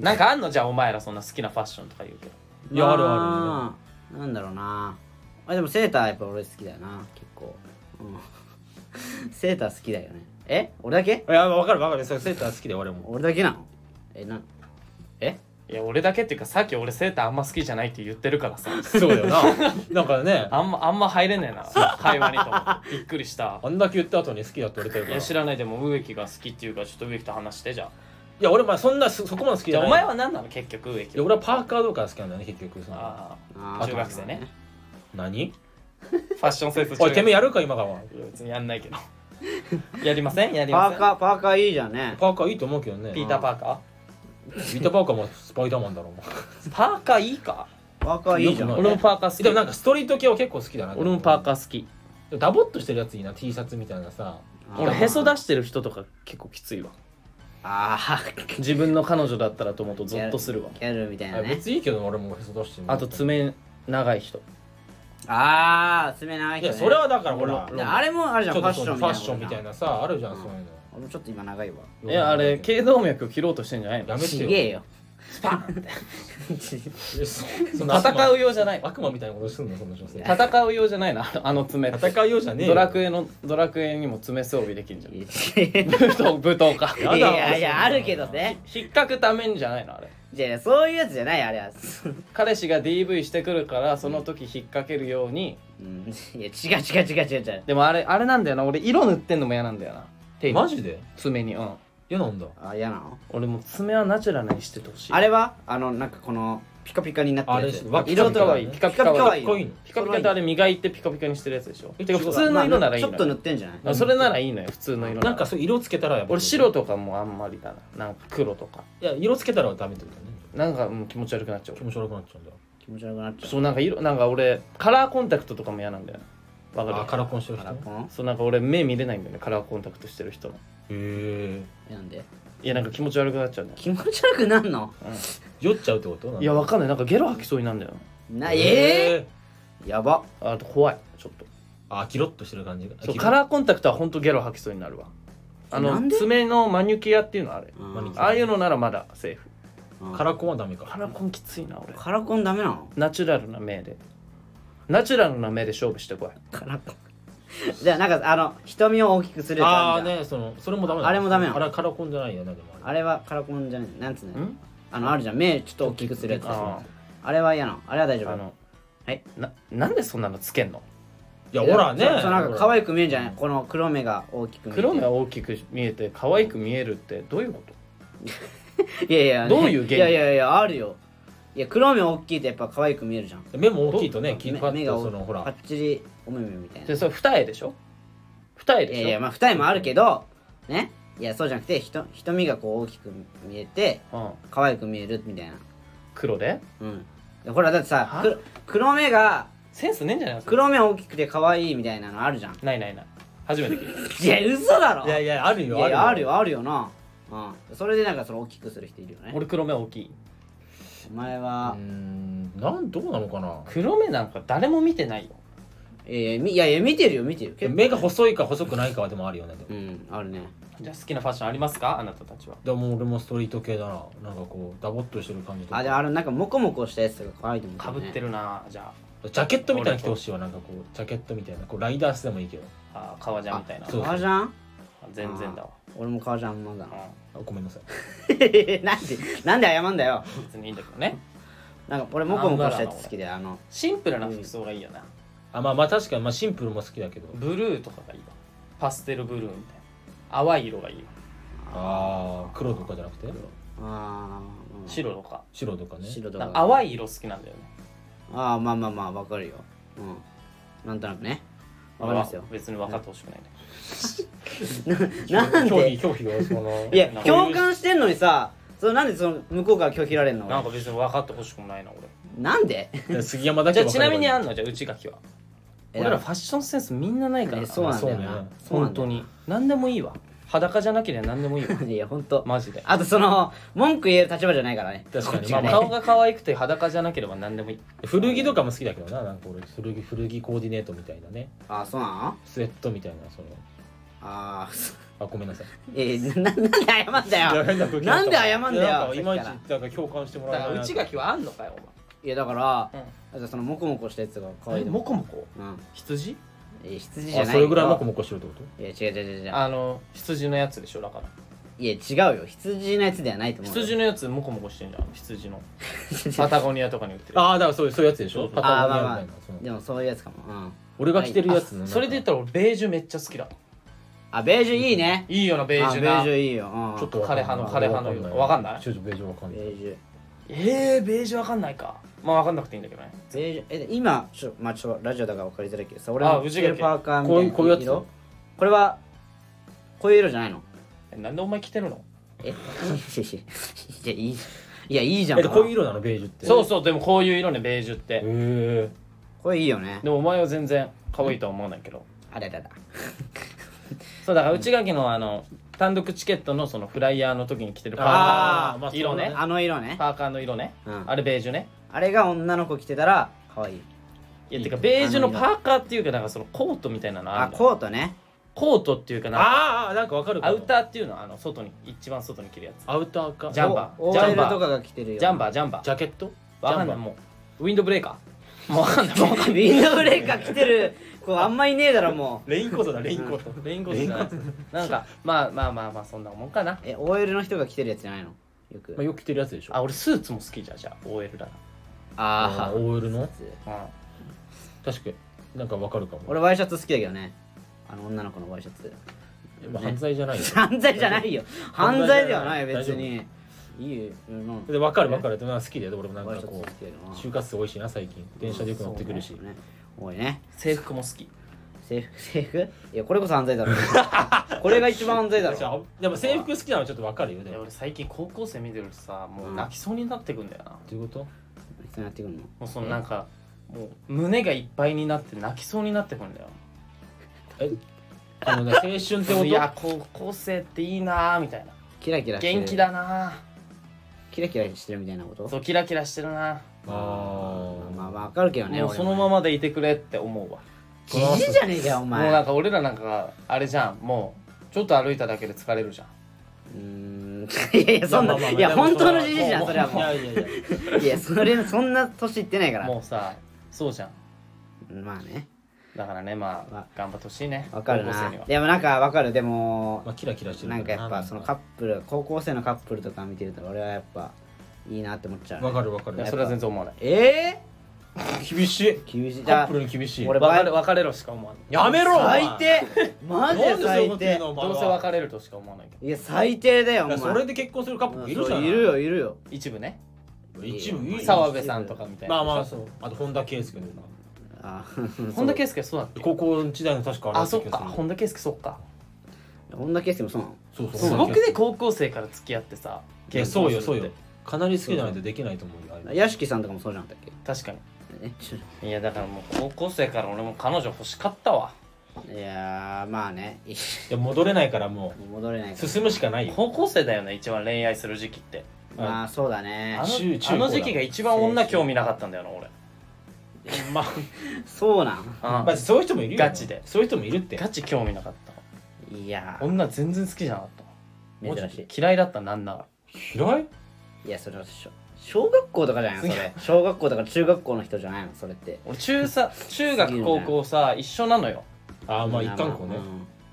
S2: なんかあんのじゃあお前らそんな好きなファッションとか言うけど
S1: い
S3: い
S1: や
S3: や
S1: あ
S3: あ
S1: る
S3: る
S1: あ
S3: あ
S1: るなんだろうなあでもセーターやっぱ俺好きだよな結構、うん、 セーター好きだよねえ俺だけ
S3: いや分かる分かるそうセーター好きで俺も
S1: 俺だけなのえなえ
S2: いや俺だけっていうかさっき俺セーターあんま好きじゃないって言ってるから さ
S3: そうだよななんかね
S2: あんまあんま入れねえな会話にと思ってびっくり した
S3: あんだけ言った後に好きだって言われて
S2: い
S3: るから
S2: や知らないでも植木が好きっていうからちょっと植木と話してじゃあ
S3: いや俺まあそんなそそこまで好き
S2: じ
S3: じ
S2: ゃ
S3: ゃ
S2: あ
S3: ない
S2: お前は何なの結局植
S3: い
S2: 木
S3: や
S2: は
S3: 俺はパーカーとか好きなんだよね結局その
S2: あ
S1: あ
S2: あ
S1: ー
S2: 中学生ね
S3: 何
S2: ファッションセンス
S3: おいてめえ
S2: や
S3: やるか今から
S2: 別にやんないけど やりませんやり
S1: パ
S2: ませ
S1: ー
S2: ん
S1: カーパーカーいいじゃんね
S3: パーカーいいと思うけどね
S2: ピーターパーカ
S3: ビーターパーカーもスパイダーマンだろお前
S2: ーパーカーいいか
S1: パーカーいいじゃん
S3: よく
S2: 俺
S3: ない
S2: もパーカー好き
S3: でもなんかストリート系は結構好きだな
S2: 俺もパーカー好き
S3: ーダボっとしてるやついいな T シャツみたいなさ
S2: 俺へそ出してる人とか結構きついわ
S1: あー
S2: 自分の彼女だったらと思うとゾッとするわ
S1: ギャルみたいな
S3: あ
S1: ね
S3: 別にいいけど俺もへそ出してる
S2: あと爪長い人
S1: ああ爪長い
S3: い
S1: 人、
S3: や
S1: ね、
S3: それはだからほら
S2: ロ
S3: ち
S2: ロ
S1: であれもあるじゃん
S3: ょ
S1: フ
S3: っ
S1: ァッ
S3: と
S1: ショ
S3: その
S1: ンみ
S3: フ
S1: たいな
S3: ァッションみた
S1: な
S3: いなさあるじゃんそういうの
S1: 俺もちょっと今長いわ
S2: えあれ
S3: や
S2: 頸動脈切ろうとしてんじゃないの
S3: め
S1: ち
S3: て
S1: げ
S3: よ
S1: えよ
S2: スパンって
S3: えそそんな
S2: 戦うようじゃない
S3: 悪魔みたいなことするのそんな女性
S2: 戦うようじゃないな あのあの爪
S3: 戦うようじゃねえよ
S2: ドラクエのドラクエにも爪装備できんじゃん
S1: い
S2: 武
S1: や
S2: 闘武闘か
S3: やだ
S1: いやいやあるけどね
S2: 引っかくためにじゃないのあれ
S1: じゃあそういうやつじゃないあれは。
S2: 彼氏が DV してくるからその時引っ掛けるように
S1: うん、 いや違う違う違う違う違う。
S2: でもあれあれなんだよな俺色塗ってんのも嫌なんだよな手に
S3: マジで
S2: 爪にうん
S3: 嫌なんだ
S1: あ嫌なの？
S2: 俺もう爪はナチュラルにしててほしい
S1: あれはあのなんかこのピカピカになってるやつ。
S3: あれ
S2: 色と
S3: 可
S2: は
S3: 愛
S2: い
S3: い
S2: い
S3: ね
S2: ピカピ
S1: ピカ
S2: カ
S1: ピカ
S2: は
S1: はいい
S2: い
S1: いの。
S3: ピ
S2: ピカピカってあれ磨いてピカピカにしてるやつでしょてか普通の色ならいい
S1: まあちょっと塗
S2: の
S1: っ
S2: よ
S1: てんじゃない？
S2: あそれならいいのよ普通の色
S3: な
S2: なん
S3: からそう色つけたらやっぱ
S2: 俺白とかもあんまりだななんか黒とか
S3: いや色つけたらダメってことね
S2: なんかもう気持ち悪くなっちゃう
S3: 気持ち悪くなっちゃうんだ
S1: 気持ち悪くなっちゃう。
S2: そうなんか色なんか俺カラーコンタクトとかも嫌なんだよわ
S3: あ
S2: か
S3: カ
S2: る
S3: ラコンしてる人
S1: カラ
S3: へ
S1: コン？
S2: そうなんか俺目見れないんだよねカラーコンタクトしてる人の
S3: え
S1: なんで？
S2: いやなんか気持ち悪くなっちゃうんだよ
S1: 気持ち悪くなんの？
S3: 酔っちゃうってことなんだ
S2: いやわかんないなんかゲロ吐きそうになるんだよ
S1: なえ
S3: え
S1: ー、やば。
S2: あと怖いちょっと
S3: あキロッとしてる感じが
S2: そう
S3: キロッ
S2: カラーコンタクトはほんとゲロ吐きそうになるわあ
S1: な
S2: の
S1: んで
S2: 爪のマニュキアっていうのあれ
S1: うん
S2: ああいうのならまだセーフ
S1: うん
S3: カラコンはダメか
S2: カラコンきついな俺
S1: カラコンダメなの
S2: ナチュラルな目でナチュラルな目で勝負してこい
S1: カラコン じゃあなんかあの瞳を大きくするやつ
S3: あ
S1: あ
S3: あ
S1: るじゃん
S3: ねそのそれもダメ
S1: あれもダメなの
S3: あれカラコンじゃないよねでもあ
S1: あれはカラコンじゃないなんつうの
S2: ん
S1: あのあるじゃん目ちょっと大きくするやつ
S2: あ
S1: あれは嫌なのあれは大丈夫
S2: あの
S1: はい
S2: ななんでそんなのつけんの
S3: れいやほらね
S1: そうそうなんか可愛く見えるんじゃない
S3: ほ
S1: この黒目が大きく見える
S2: 黒目大きく見えて可愛く見えるってどういうこと
S1: いやいや、
S2: どういう原理
S1: いやいやいやあるよいや黒目大きいとやっぱ可愛く見えるじゃん
S3: ら目も大きいとね金
S1: 目
S3: 髪
S1: 目が
S3: とそ
S1: 大
S3: の
S1: か
S3: ほ
S1: らっちりお目目みたいな
S2: でそれ二重でしょ二重で
S1: い
S2: し
S1: や
S2: ょ
S1: いやまあ二重もあるけどねいやそうじゃなくてひと瞳がこう大きく見えて
S2: うん、
S1: 可愛く見えるみたいな
S2: 黒で
S1: うんでほらだってさ
S2: は
S1: く黒目が
S2: センスねえんじゃないですか
S1: 黒目大きくて可愛いみたいなのあるじゃん
S2: ないないない初めて聞 いた
S1: いや嘘だろ
S3: いやいやあるよ
S1: いやいやあるよあるよなうんそれでなんかそれ大きくする人いるよね
S2: 俺黒目大きい
S1: お前
S3: うー
S1: は
S3: んなんどうなのかな
S2: 黒目なんか誰も見てないよ
S1: いやいやみいやいや見てるよ見てる結構
S3: 目が細いか細くないかはでもあるよねでも
S1: うんあるね
S2: じゃあ好きなファッションありますかあなたたちは
S3: でも俺もストリート系だななんかこうダボっとしてる感じとか
S1: あでもあれなんかモコモコしたやつとか可愛いと思う
S2: かぶって
S1: る
S2: るなじゃ
S3: ジャケットみたいなの着てほしいわなんかこうジャケットみたいなこうライダースでもいいけど
S2: ああー革ジャンみたいな
S3: そう
S1: 革ジャン
S2: 全然だわ
S1: 俺も革ジャンまだ
S3: あごめんなさい
S1: なんでなんで謝んだよ
S2: うん別にいいんだけどね
S1: なんか俺モコモコしたやつ好きであの
S2: シンプルな服装がいいよな
S3: あまあまあ確かにまあシンプルも好きだけど
S2: ブルーとかがいいわパステルブルーみたいな淡い色がいいよ
S3: ああ黒とかじゃなくて
S1: あーうん
S2: 白とか
S3: 白とかね
S1: 白と
S2: なん
S1: か
S2: か淡い色好きなんだよね
S1: ああまあまあまあわかるようんなんとなくねわかりますよ
S2: 俺は別に分かってほしくないね
S1: なん
S3: 表
S1: で
S3: 皮表皮がその
S1: いや
S2: なんか
S1: 共感してんのにさそのなんでその向こうから拒否られんの
S2: なん
S1: 俺
S2: か別に分かってほしくもないな
S1: なんで
S3: 杉山だ
S2: 俺じ
S3: け
S2: ゃあちなみにあ
S3: ん
S2: んのじゃあ内垣は
S1: え
S2: 俺らファッションセンスみんなないから
S1: え
S2: な
S1: そうなんだよなそうな
S2: 本
S1: んだ
S2: 当
S1: よ
S2: に何でもいいわ裸じゃなければ何でもい いわ
S1: いやほんと
S2: マジで
S1: あとその文句言える立場じゃないからね
S3: 確かに
S2: ま
S3: ま
S2: あ
S3: あ
S1: こっちがね
S2: 顔が可愛くて裸じゃなければ何でもいい
S3: 古着とかも好きだけどななんか俺古着古着コーディネートみたいなね
S1: あそうなの
S3: スウェットみたいなその
S1: あー
S3: あごめんなさい
S1: えー、ななんで謝んだよ
S3: 変な空気
S1: なんで謝んだよ
S3: いやなんかいまいち
S1: さっ
S3: なんか共感しても
S2: だ
S3: らえ
S2: か
S3: な
S2: ら
S3: いな
S2: 内垣はあんのかよ
S1: いやだから
S2: お前、
S1: なんかそのモコモコしたやつが可愛いと思
S2: モコモコ
S1: ううん
S2: 羊
S1: えー羊じゃない
S3: あそれぐらいモコ
S1: モ
S3: モコしてるってこと
S1: いや違う違う違う違う
S2: あの羊のやつでしょだから
S1: いや違うよ羊のやつではないと思うよ
S2: 羊のやつモコモコしてんじゃん羊のパタゴニアとかに売って る
S3: ああだからそういうそういうやつでしょパタ
S1: あー
S3: ゴニ
S1: まあ
S3: アみ
S1: まあ
S3: たいなその
S1: でもそういうやつかもうん
S3: 俺が着てるやつの
S2: それで言ったら俺ベージュめっちゃ好きだ
S1: あベージュいいね
S2: いいよなベージュ
S1: あベー
S2: な
S1: ジュいいようん
S3: ちょっとわかんない
S2: 枯葉の枯葉の色わかんない
S3: ちょっとベージュわかん
S1: ベ
S3: ない
S1: ージュ
S2: えー、ベージュわかんないかまあわかんなくていいんだけどね
S1: ベージュえで今ちょまあちょラジオだから分かりづらいけどさ俺
S2: あ
S1: の
S2: 内
S1: 着
S2: 垣
S1: てるパーカーみたい
S3: こう
S1: な
S3: いうこういうやつ
S1: 色これはこういう色じゃないの
S2: えなんでお前着てるの
S1: え いやいやいいいやいいじゃん
S3: えこういう色なのベージュって
S2: そうそうでもこういう色ねベージュっ
S3: へ
S2: て
S3: え
S1: これいいよね
S2: でもお前は全然可愛いとは思わないけど
S1: あれだだ
S2: そうだから内垣のあの単独チケットのそのフライヤーの時に着てるパー
S1: あ
S2: カー
S3: ー
S2: の
S3: まあ
S2: 色ね
S3: そうだ
S1: あの色ね
S2: パーカーの色ね、
S1: うん
S2: あれベージュね
S1: あれが女の子着てたら可愛い
S2: いやてかベージュのパーカーっていうかなんかそのコートみたいなのあ
S1: あ
S2: るの
S1: コートね
S2: コートっていうかなんか
S3: あーあーなんかわかるか
S2: ア
S3: も
S2: ウターっていうのはあの外に一番外に着るやつ
S3: アウターか
S2: ジャンパー
S1: お
S2: ジャン
S1: OL
S2: パー
S1: とかが着てるよ
S2: ジャンバージャンバー
S3: ジャケット
S2: わかんない
S3: ジャン
S2: もうウィンドブレーカーもうわ かんないもうわかん
S1: ウ
S2: ない
S1: ィンドブレーカー着てる子あんまいねえだろもう
S3: レインコートだレインコート
S2: レインコートじゃないなんかまあまあまあまあそんなもんかな
S1: え OL の人が着てるやつじゃないのよく
S3: まあよく着てるやつでしょ
S2: あ俺スーツも好きじゃんじゃあ OL だ
S1: あー
S3: OL の
S2: なうん
S3: 確かになんかわかるかも
S1: 俺ワイシャツ好きだけどねあの女の子のワイシャツ
S3: まあ 犯罪じ ゃないよ
S1: 犯罪じゃないよ 犯
S3: 犯
S1: 罪
S3: 罪
S1: で
S3: じゃ
S1: はな
S3: ないい
S1: 別にいいようん
S3: でわかるわかるでもなんか好きだよ俺もなん
S1: ワ
S3: か
S1: イシャツ
S3: こ
S1: 好
S3: う
S1: きだよな
S3: 就活生多いしな最近電車でよく乗ってくるし
S1: そうね多いね
S2: 制服も好き
S1: 制 服制服いやこれこそ犯罪 だろこれが一番犯罪だ
S3: じゃ
S1: ろ
S3: あでも制服好きなのちょっとわかるよ
S2: い
S3: で
S2: や
S3: も
S2: 俺最近高校生見てるとさもううん泣きそうになってくんだよな、
S3: どういうこと
S1: 人にやってくんの
S2: もうそのなんかもう胸がいっぱいになって泣きそうになってくんだよ
S3: えあのね青春ってこ
S2: い
S3: と
S2: や高校生っていいなーみたいな
S1: キラキラしてる
S2: 元気だな
S1: キラキラしてるみたいなこ
S2: ー
S1: と
S2: そうキラキラしてるな
S3: あー
S1: まあわかるけどね
S2: もう
S1: 俺
S2: そ
S1: も
S2: のままでいてくれって思うわ
S1: じじじゃねえかよお前
S2: もうなんか俺らなんかがあれじゃんもうちょっと歩いただけで疲れるじゃん
S1: うーん いやいやそんな、
S3: まあまあまあ
S1: いや
S3: でも
S1: 本当の
S3: は
S1: じじいじゃんそれはも
S3: いやいやいや
S1: ういやそれそんな年いってないから
S2: もうさそうじゃん
S1: まあね
S2: だからねま
S1: まあ
S2: あ頑張ってほしいね
S1: わかる
S2: 高校生
S1: な
S2: には
S1: でもなんかわかるでも
S3: まあキラキラしてる
S1: なんかやっぱそのカッ
S3: プ
S1: プル高校生のカップルとか見てると俺はやっぱいいなって思っちゃう
S3: わかるわか
S2: いや
S3: る
S2: それは全然思わない
S1: え
S3: 厳しい
S1: ー、厳しいじ
S3: カ
S1: ゃ
S3: ッ
S1: あ
S3: プルに厳しい
S1: 俺
S4: 別れ別れろしか思わない
S3: やめろお前
S1: 最低マジで
S3: なんでそういうこ
S1: 最
S3: と言う
S1: 低
S3: のお前
S2: ど
S3: は
S2: うせ別れるとしか思わないけど
S1: いや最低だよお
S3: い
S1: 前
S3: やそれで結婚するカップルいるじゃ
S1: そ
S3: な
S1: う
S3: い
S1: いるよいるよ
S2: 一部ね
S3: 一部いる
S2: 澤部さんとかみたいな
S3: まあまあそうあと本田圭佑のな
S1: あ
S2: 本田圭佑そうだっけ
S3: 高校時代の確か
S2: あそっか
S3: ほん
S2: 本田圭佑そっか
S1: 本田圭佑もそうなの
S3: そうそう
S2: すごくね高校生から付き合ってさ
S3: いや
S2: 結
S3: そ
S2: 婚
S3: うよ
S2: す
S3: そう
S2: るっ
S3: よ
S2: て
S3: かなり好きじゃないとできないと思うよあれ
S1: 屋敷さんとかもそうじゃなかったっ
S2: 確か
S1: けねちょ
S2: にいやだからもう高校生から俺も彼女欲しかったわ
S1: いやーまあね
S3: いや戻れないからも
S1: 戻れないうから
S3: 進むしかないよ
S2: 高校生だよね一番恋愛する時期って
S1: まあそうだね
S2: あ
S3: 中中
S2: の
S3: 高
S2: あの時期が一番女興味なかったんだよな俺
S3: まあ
S1: そうなん
S2: あ
S3: まあそういう人もいるよ
S2: ガチで
S3: そういう人もいるって
S2: ガチ興味なかった
S1: いやー
S2: 女全然好きじゃなかった
S1: 珍し
S2: 嫌いだったなんなら
S3: 嫌い
S1: いいやそれはしょ小学校とかじゃないのそれ小学校とか中学校の人じゃないのそれって
S2: 俺中さ中学高校さ一緒なのよ
S3: ああまあ一貫校ね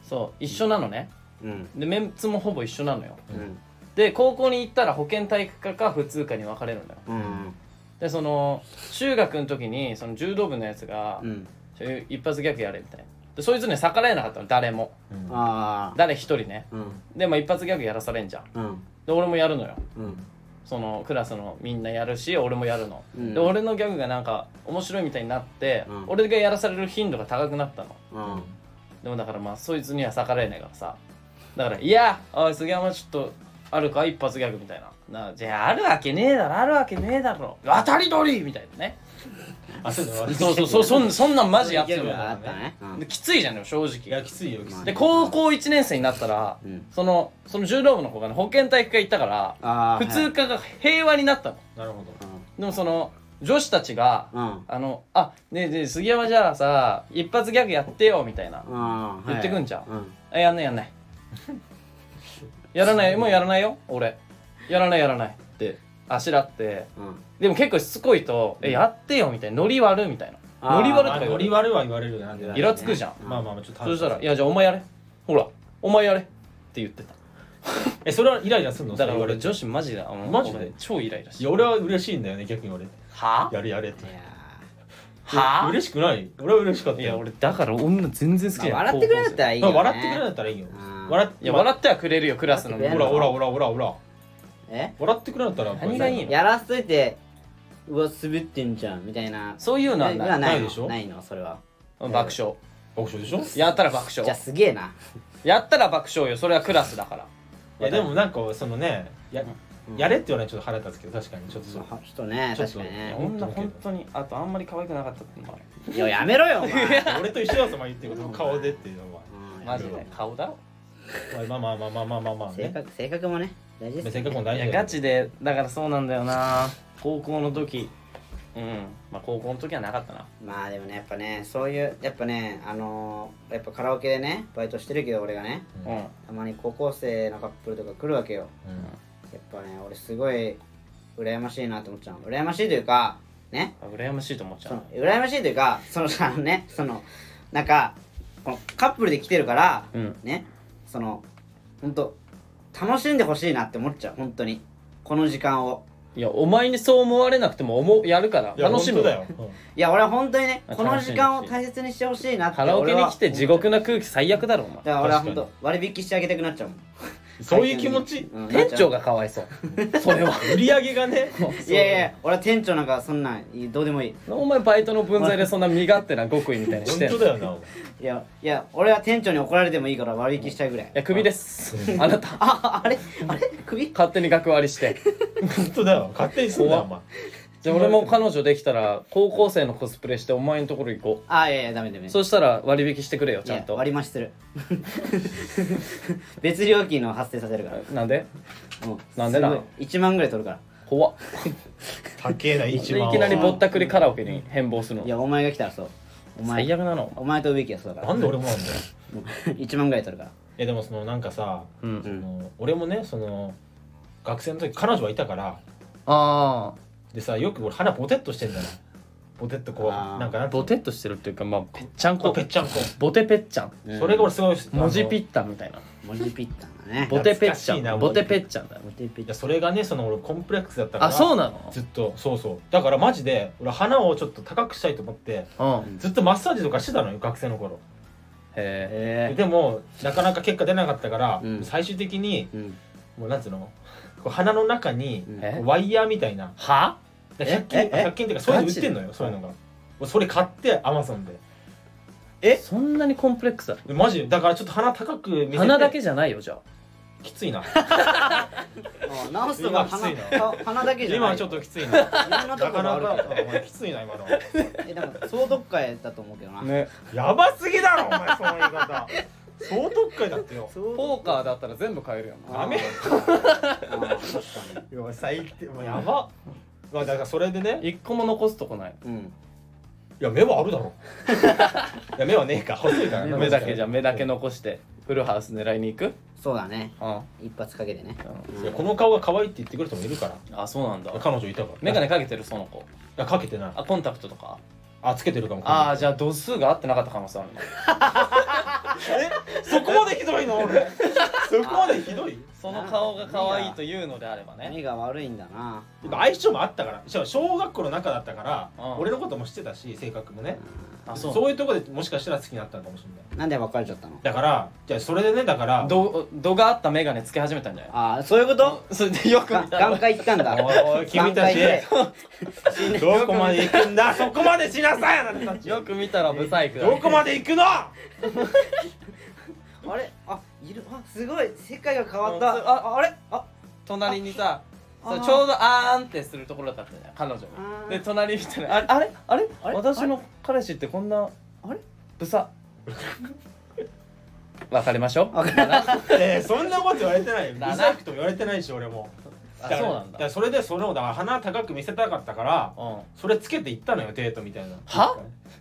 S2: そう一緒なのね
S1: うんうん
S2: でメンツもほぼ一緒なのよ
S1: うん
S2: で高校に行ったら保健体育科か普通科に分かれるんだよ
S1: うん
S2: でその中学の時にその柔道部のやつが
S1: う、ん
S2: そういう一発ギャグやれみたいなでそいつね逆らえなかったの誰も
S3: うん
S1: ああ
S2: 誰一人ね
S1: うん
S2: でまあ一発ギャグやらされんじゃん
S1: うん
S2: で俺もやるのよ
S1: うん
S2: そのクラスのみんなやるし俺もやるの、
S1: うん
S2: で俺のギャグがなんか面白いみたいになって、
S1: うん
S2: 俺がやらされる頻度が高くなったの
S1: うん
S2: でもだからまあそいつには逆らえないからさだから「いやおい杉山ちょっとあるか一発ギャグ」みたいななじゃああるわけねえだろあるわけねえだろ当たり取りみたいな ね
S3: あそういうのは
S2: そうそうそうそんそんなんマジやって
S1: ギャ
S2: る
S1: グ
S2: の
S1: があったねうん
S2: できついじゃんよ正
S3: いや
S2: 直
S3: きついよきつい
S2: で高校1年生になったら、
S1: うん
S2: そのその柔道部の子がね保健体育科行ったから
S1: ああ
S2: 普通科が平和になったの
S3: なるほど
S2: でもその女子たちが
S1: うんうん
S2: あの、あ、ねえねえ、杉山じゃあさ、一発ギャグやってよ、みたいな。
S1: うん
S2: 言ってくんじゃん
S1: はいうん
S2: え、やんないやん ない。やらない、もうやらないよ、俺。やらないやらないって、あしらって。
S1: うん
S2: でも結構しつこいと、え、やってよ、みたいな。ノリ悪いみたいな。
S1: あー
S2: ノリ悪いと
S3: ま
S2: か
S3: あ
S2: 言わ
S3: ノ
S2: れ
S3: リ
S2: る。
S3: 悪いは言われるよなんで
S2: イラつくじゃん。
S3: まあまあまあちょっと
S2: そ
S3: 話
S2: したら、いやじゃあお前やれ。ほら、お前やれ。って言ってた。
S3: えそれはイライラするの
S2: だから
S3: それ
S2: 俺
S3: 言われて
S2: 女子マジだ。もう
S3: マジで
S2: 俺超イライラし
S3: い
S2: て
S3: や俺は嬉しいんだよね逆に俺
S2: はぁ
S3: やれやれって
S1: いや
S2: はぁ
S3: 嬉しくない俺は嬉しかった
S2: い
S3: よ
S2: や俺だから女全然好き
S1: ー
S2: じゃ
S1: ま
S2: な
S1: あ
S2: い
S1: 笑ってくれるんだったらいいよね
S3: 笑ってくれなかったらいいよ
S1: うん
S3: 笑っ
S2: いや笑ってはくれるよクラスのみん
S3: ほ
S2: な
S3: らほらほらほらほら
S1: え
S3: 笑ってくれなかったらやっぱり
S2: 何がいいの
S1: やらせといてうわ滑ってんじゃんみたいな
S2: そういうのは
S1: な
S2: ない
S1: ない
S3: ない
S1: の
S3: でしょ
S1: ないのそれは
S2: うん爆笑
S3: 爆笑でしょ
S2: やったら爆
S1: じゃあ
S2: 笑
S1: すげえな
S2: やったら爆笑よそれはクラスだから
S3: いやでもなんかそのねややれって言われちょっと腹立つけど確かにちょっとそう
S1: あ 人ね
S3: ちょっ
S1: 確
S3: と
S1: かに
S3: いや
S1: ね
S3: 本
S2: 女
S3: 当
S2: 本当にあとあんまり可愛くなかったってのもある
S1: いややめろよお 前
S3: 俺と一緒だぞお前言ってること顔でっていうのは
S1: うん
S2: マジで顔だろ
S3: まあまあまあまあまあまあまあ
S1: 性
S3: ね
S1: 格性格もね大事です
S3: 性
S1: よね
S3: 格も
S2: い
S3: 大
S2: や
S3: 事
S2: ガチでだからそうなんだよな高校の時うんまあ高校の時はなかったな
S1: まあでもねやっぱねそういうやっぱねあのーやっぱカラオケでねバイトしてるけど俺がね
S3: う
S2: うんん
S1: たまに高校生のカップルとか来るわけよやっぱね俺すごい羨ましいなって思っちゃうの羨ましいというかね
S2: あ羨ましいと思っちゃ
S1: そうの羨ましいというかそのさあのねそのなんかこのカップルで来てるから、
S2: うん
S1: ねその本当楽しんでほしいなって思っちゃう本当にこの時間を
S2: いやお前にそう思われなくても思うやるから
S3: いや
S2: 楽しむ
S3: 本当だようん
S1: いや俺は本当にね
S2: あ
S1: この時間を
S2: 楽しんでほし
S1: 大切にしてほしいなって
S2: カラオケ
S1: 俺
S2: に
S1: は
S2: 来て地獄な空気最悪だろお
S1: だから俺は本
S3: 確かに
S1: 当割引してあげたくなっちゃうもん
S3: そういう気持ち
S1: うん
S2: 前店長
S1: なっ
S2: がかわいそうそ れは
S3: 売り上げがね
S1: ちゃういやいやいや俺は店長なんかそんなんいいどうでもいい
S2: お前バイトの分際でそんな身勝手な極意みたいにし
S3: 本
S2: てんの
S3: 当だよなお前
S1: いやいや俺は店長に怒られてもいいから割引したいぐらい
S2: いや、クビです。あなた、
S1: ああれあれ首
S2: 勝手に学割りして。
S3: 本当だよ勝手にすんなよお前
S2: じゃあ俺も彼女できたら、高校生のコスプレしてお前のところ行こ
S1: あいやいやダメダメ
S2: う。そしたら割引してくれよ、
S1: い
S2: ち
S1: や
S2: ゃんと。
S1: 割り増しする 別料金の発生させるから
S2: なんで
S1: もう
S2: なんでな
S1: すごい1万ぐらい取るから
S2: 怖っ。
S3: 高えな一
S2: で
S3: 番
S2: いきなりぼったくりカラオケに変貌する
S1: い
S2: の。
S1: やお前が来たらそうお前
S2: 最悪なの。
S1: お前と植木がそうだか
S3: な
S1: ら
S3: んで俺もなんだよ
S1: 1万ぐらい取るから
S3: やでもそのなんかさ、
S2: う
S3: そ
S2: ん
S3: の俺もねその学生の時彼女はいたから
S2: あ
S3: でさよく俺鼻ポテッとしてんだよポテッとこう
S1: あー
S3: なんかな
S2: あ
S3: んて
S2: ボ
S3: いうの
S2: テっとしてるっていうかまあぺっちゃん
S3: こう
S2: こ
S3: ぺっちゃんこ、
S2: ボテぺっちゃん
S1: うん
S3: それが俺すごい
S2: 文字ぴ
S3: ピ
S2: ったんみたいな
S1: 文字ピッタンだね
S2: ボテぺっち
S3: 懐かしい
S2: ゃ
S3: なん
S2: ボテぺっちゃんだよ
S1: ボテピッ
S3: いやそれがねその俺コンプレックスだったから
S2: あそうなの
S3: ずっとそうそうだからマジで俺鼻をちょっと高くしたいと思って
S2: うん
S3: ずっとマッサージとかしてたのよ学生の頃
S2: へ
S1: え
S3: でもなかなか結果出なかったから、
S1: うん
S3: 最終的に
S1: えうん
S3: もうなんつうのこう鼻の中に
S1: うん
S2: え
S3: ワイヤーみたいな
S2: は
S3: 100
S1: え
S3: 均
S1: え
S3: 100均っていうかそういうの売ってんのよ
S2: ガチ
S3: そういうのが俺それ買ってアマゾンで
S2: えそんなにコンプレックスある
S3: でマジでだからちょっと鼻高く見せて
S2: 鼻だけじゃないよじゃ
S3: きついな
S1: あ直すとか
S3: 今きつ
S1: 鼻
S3: いな
S1: か鼻だけじゃない
S3: 今はちょっときついな
S1: いろんな
S3: な
S1: とこ
S3: か
S1: ろ
S3: な
S1: ある
S3: か
S1: け
S3: お前きついな今 の
S1: どえでも総読会だと思うけどな、
S2: あね
S3: やばすぎだろお前その言い 方総特会だってよ
S5: ポーカーだったら全部買えるやん
S3: ダメ
S1: あー確か
S3: いや最低もうやばまあだからそれでね
S2: 一個も残すとこない
S1: にうん
S3: いや目はあるだ ろいや目はねえか細いからな
S2: 目だけじゃ目だけ残してフルハウス狙いに行く
S1: そうだね
S2: うん
S1: 一発かけてね
S3: いやこの顔が可愛いって言ってくる人もいるから
S2: あそうなんだ
S3: 彼女いたから
S2: 眼鏡かけてるその子
S3: いやかけてない
S2: あコンタクトとか
S3: あつけてるかも
S2: ああじゃあ度数が合ってなかった可能性あ るね
S3: あそこまでひどいの俺そこまでひどい
S2: その顔が可愛いというのであればね
S1: 目が悪いんだな
S3: 相性もあったからしかも小学校の中だったから、
S2: うん
S3: 俺のことも知ってたし性格もね、
S2: あ
S3: そう
S2: そう
S3: いうとこでもしかしたら好きになったのかもしれない
S1: なんで別れちゃったの
S3: だからじゃあそれでねだから
S2: 度度があった眼鏡つけ始めたんじゃない
S1: ああそういうこと
S2: それでよく
S1: が
S2: 見たら
S1: 眼科行ったんだ
S3: おいおい君たち
S1: 眼科行って
S3: どこまで行くんだそこまでしなさいあなたたち
S2: よく見たらブサイクだ
S3: どこまで行くの
S1: あれあいるあすごい世界が変わっ
S2: うん
S1: たああれあ
S2: 隣にさ
S1: あ
S2: そう
S1: あー
S2: ちょうどあーんってするところだったんじゃん彼女
S1: あ
S2: が
S1: ー
S2: で隣見たらあれあれあれ
S1: あれ
S2: 私の彼氏ってこんな
S1: あれ
S2: ブサ 別れましょう
S1: わからない
S3: えーそんなこと言われてないよ。ブ
S2: だな
S3: サイクとも言われてないし、俺も。
S2: あ
S3: から
S2: そうなんだ
S3: からそれで、その、だから鼻高く見せたかったから、
S2: うん
S3: それつけて行ったのよ、デートみたいな。
S2: は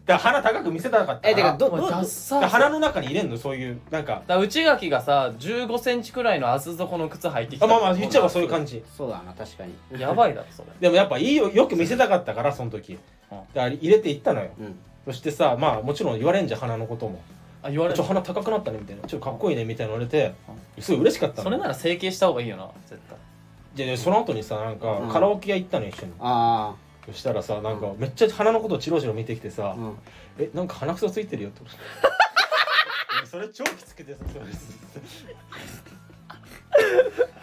S3: だから鼻高く見せたかったから。
S1: えてかど
S2: お前
S1: ど
S2: ダッ
S3: だ
S2: サ
S3: から
S2: ー
S3: 鼻の中に入れんの、そういう、なんか。
S2: だ内垣がさ1 5ンチくらいの厚底の靴履いてきた
S3: あまあまあ、言っちゃえばそういう感じ。
S1: そうだな確かに
S2: じやばいだろそれ
S3: でもやっぱいいよ、よく見せたかったから、その時。
S2: うん
S3: だから入れて行ったのよ。
S1: うん
S3: そしてさ、まあもちろん言われんじゃん、鼻のことも。
S2: あ言われ
S3: ちょ、
S2: た
S3: 鼻高くなったね、みたいな。ちょ、かっこいいね、みたいな言われて、すごい嬉しかったの。
S2: それなら整形した方がいいよな絶対
S3: で、でその後にさ、なんか
S1: うん、
S3: カラオケ屋行ったのよ、一緒に。
S1: あ
S3: そしたらさ、なんか、めっちゃ鼻のことをチロチロ見てきてさ、
S1: あうん
S3: えなんか鼻くそついてるよってこと俺 それ超きつくてさそれ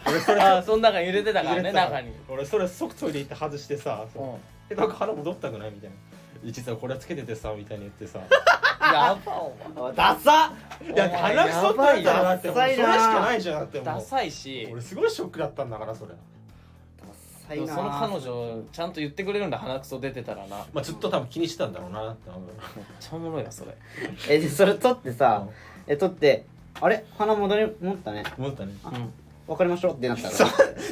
S3: 俺それ
S2: あーその中に入れてたか
S3: 入
S2: ら
S3: れ
S2: ね
S3: てた
S2: 中に
S3: 俺それ即トイレ行って外してさ、
S2: うん
S3: えなんか鼻戻ったくないみたいな実はこれつけててさみたいに言 ってさ
S2: やばお前
S1: あダサ
S3: いや鼻くそってあるだろだってもう
S1: や
S3: そ
S1: ば
S3: れ
S1: いな
S3: しかないじゃんだっても
S2: ダ
S3: う
S2: サいし
S3: 俺すごいショックだったんだからそれ
S1: ダサ
S2: で
S1: い
S2: も
S1: な
S2: その彼女ちゃんと言ってくれるんだ鼻くそ出てたらなめっ
S3: まあずっと多分気にしてたんだろうなって思う
S2: ちゃおもろいわそれ
S1: えでそれ取ってさ
S3: うん
S1: え取ってあれ鼻戻り持ったね
S3: 思ったね
S2: うん
S1: 別れましょうってなったの
S3: そ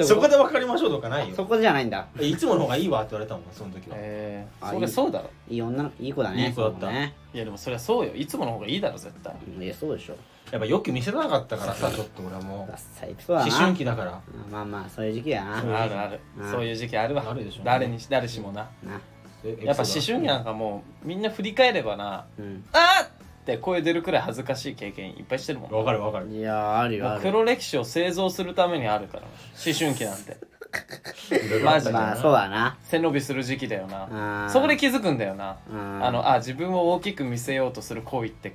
S3: そこ
S1: そ
S3: で別れましょうとかない
S1: そ
S3: よ
S1: こじゃないんだ
S3: いつもの方がいいわって言われたもんその時は
S2: ええ
S1: あ
S2: そ
S1: い
S2: り
S1: い
S2: ゃそうだろ
S1: いい女のいい子だね
S3: いい子だった
S1: そうね
S2: いやでもそりゃそうよいつもの方がいいだろ絶対
S1: うんいやそうでしょ
S3: やっぱよく見せなかったからさちょっと俺はもう
S1: ダサいそうだ
S3: 思
S1: な
S3: 春期だから
S1: まあまあそういう時期やな
S3: そう
S2: あるある
S1: うん
S2: そういう時期あるわ
S3: あるでしょうね
S2: 誰にし誰しもな
S1: な
S2: やっぱ思春期なんかもうみんな振り返ればな
S1: うん
S2: あっって声出るくらい恥ずかしい経験いっぱいしてるもんも
S3: わかるわかる
S1: いやーあるよあ
S2: う
S1: るよ
S2: 黒歴史を製造するためにあるから思春期なんてマジで
S1: まあそうだな
S2: 背伸びする時期だよ
S1: あ
S2: な
S1: ー
S2: そこで気づくんだよな
S1: うん
S2: あのあ自分を大きく見せようとする行為って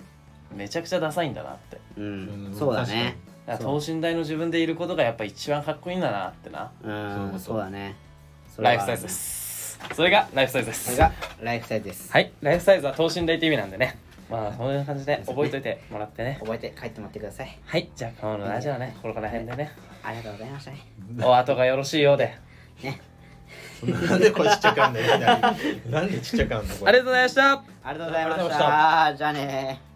S2: めちゃくちゃダサいんだなって
S1: うんそうだね
S2: だから
S1: そ
S2: 等身大の自分でいることがやっぱ一番かっこいいんだなってな
S1: う
S3: そういうこ
S1: ん
S3: と
S1: そうだねそれは
S2: ライフサイズですそれがライフサイズで
S1: それ
S2: す
S1: がライフサイズです
S2: はいライフサイズは等身大って意味なんでねまあそんな感じで覚えといてもらってね
S1: 覚えて帰ってもらってください
S2: はいじゃあ今日のラジオはねこれから辺でね
S1: ありがとうございましたね
S2: お後がよろしいようで
S1: ね
S3: なんでこれちっちゃくあんだよいきなりなんでちっちゃくあんのこ
S2: あ
S3: れ
S2: りがとうございました
S1: ありがとうございまし
S3: ありがとうござい
S1: たじゃあねー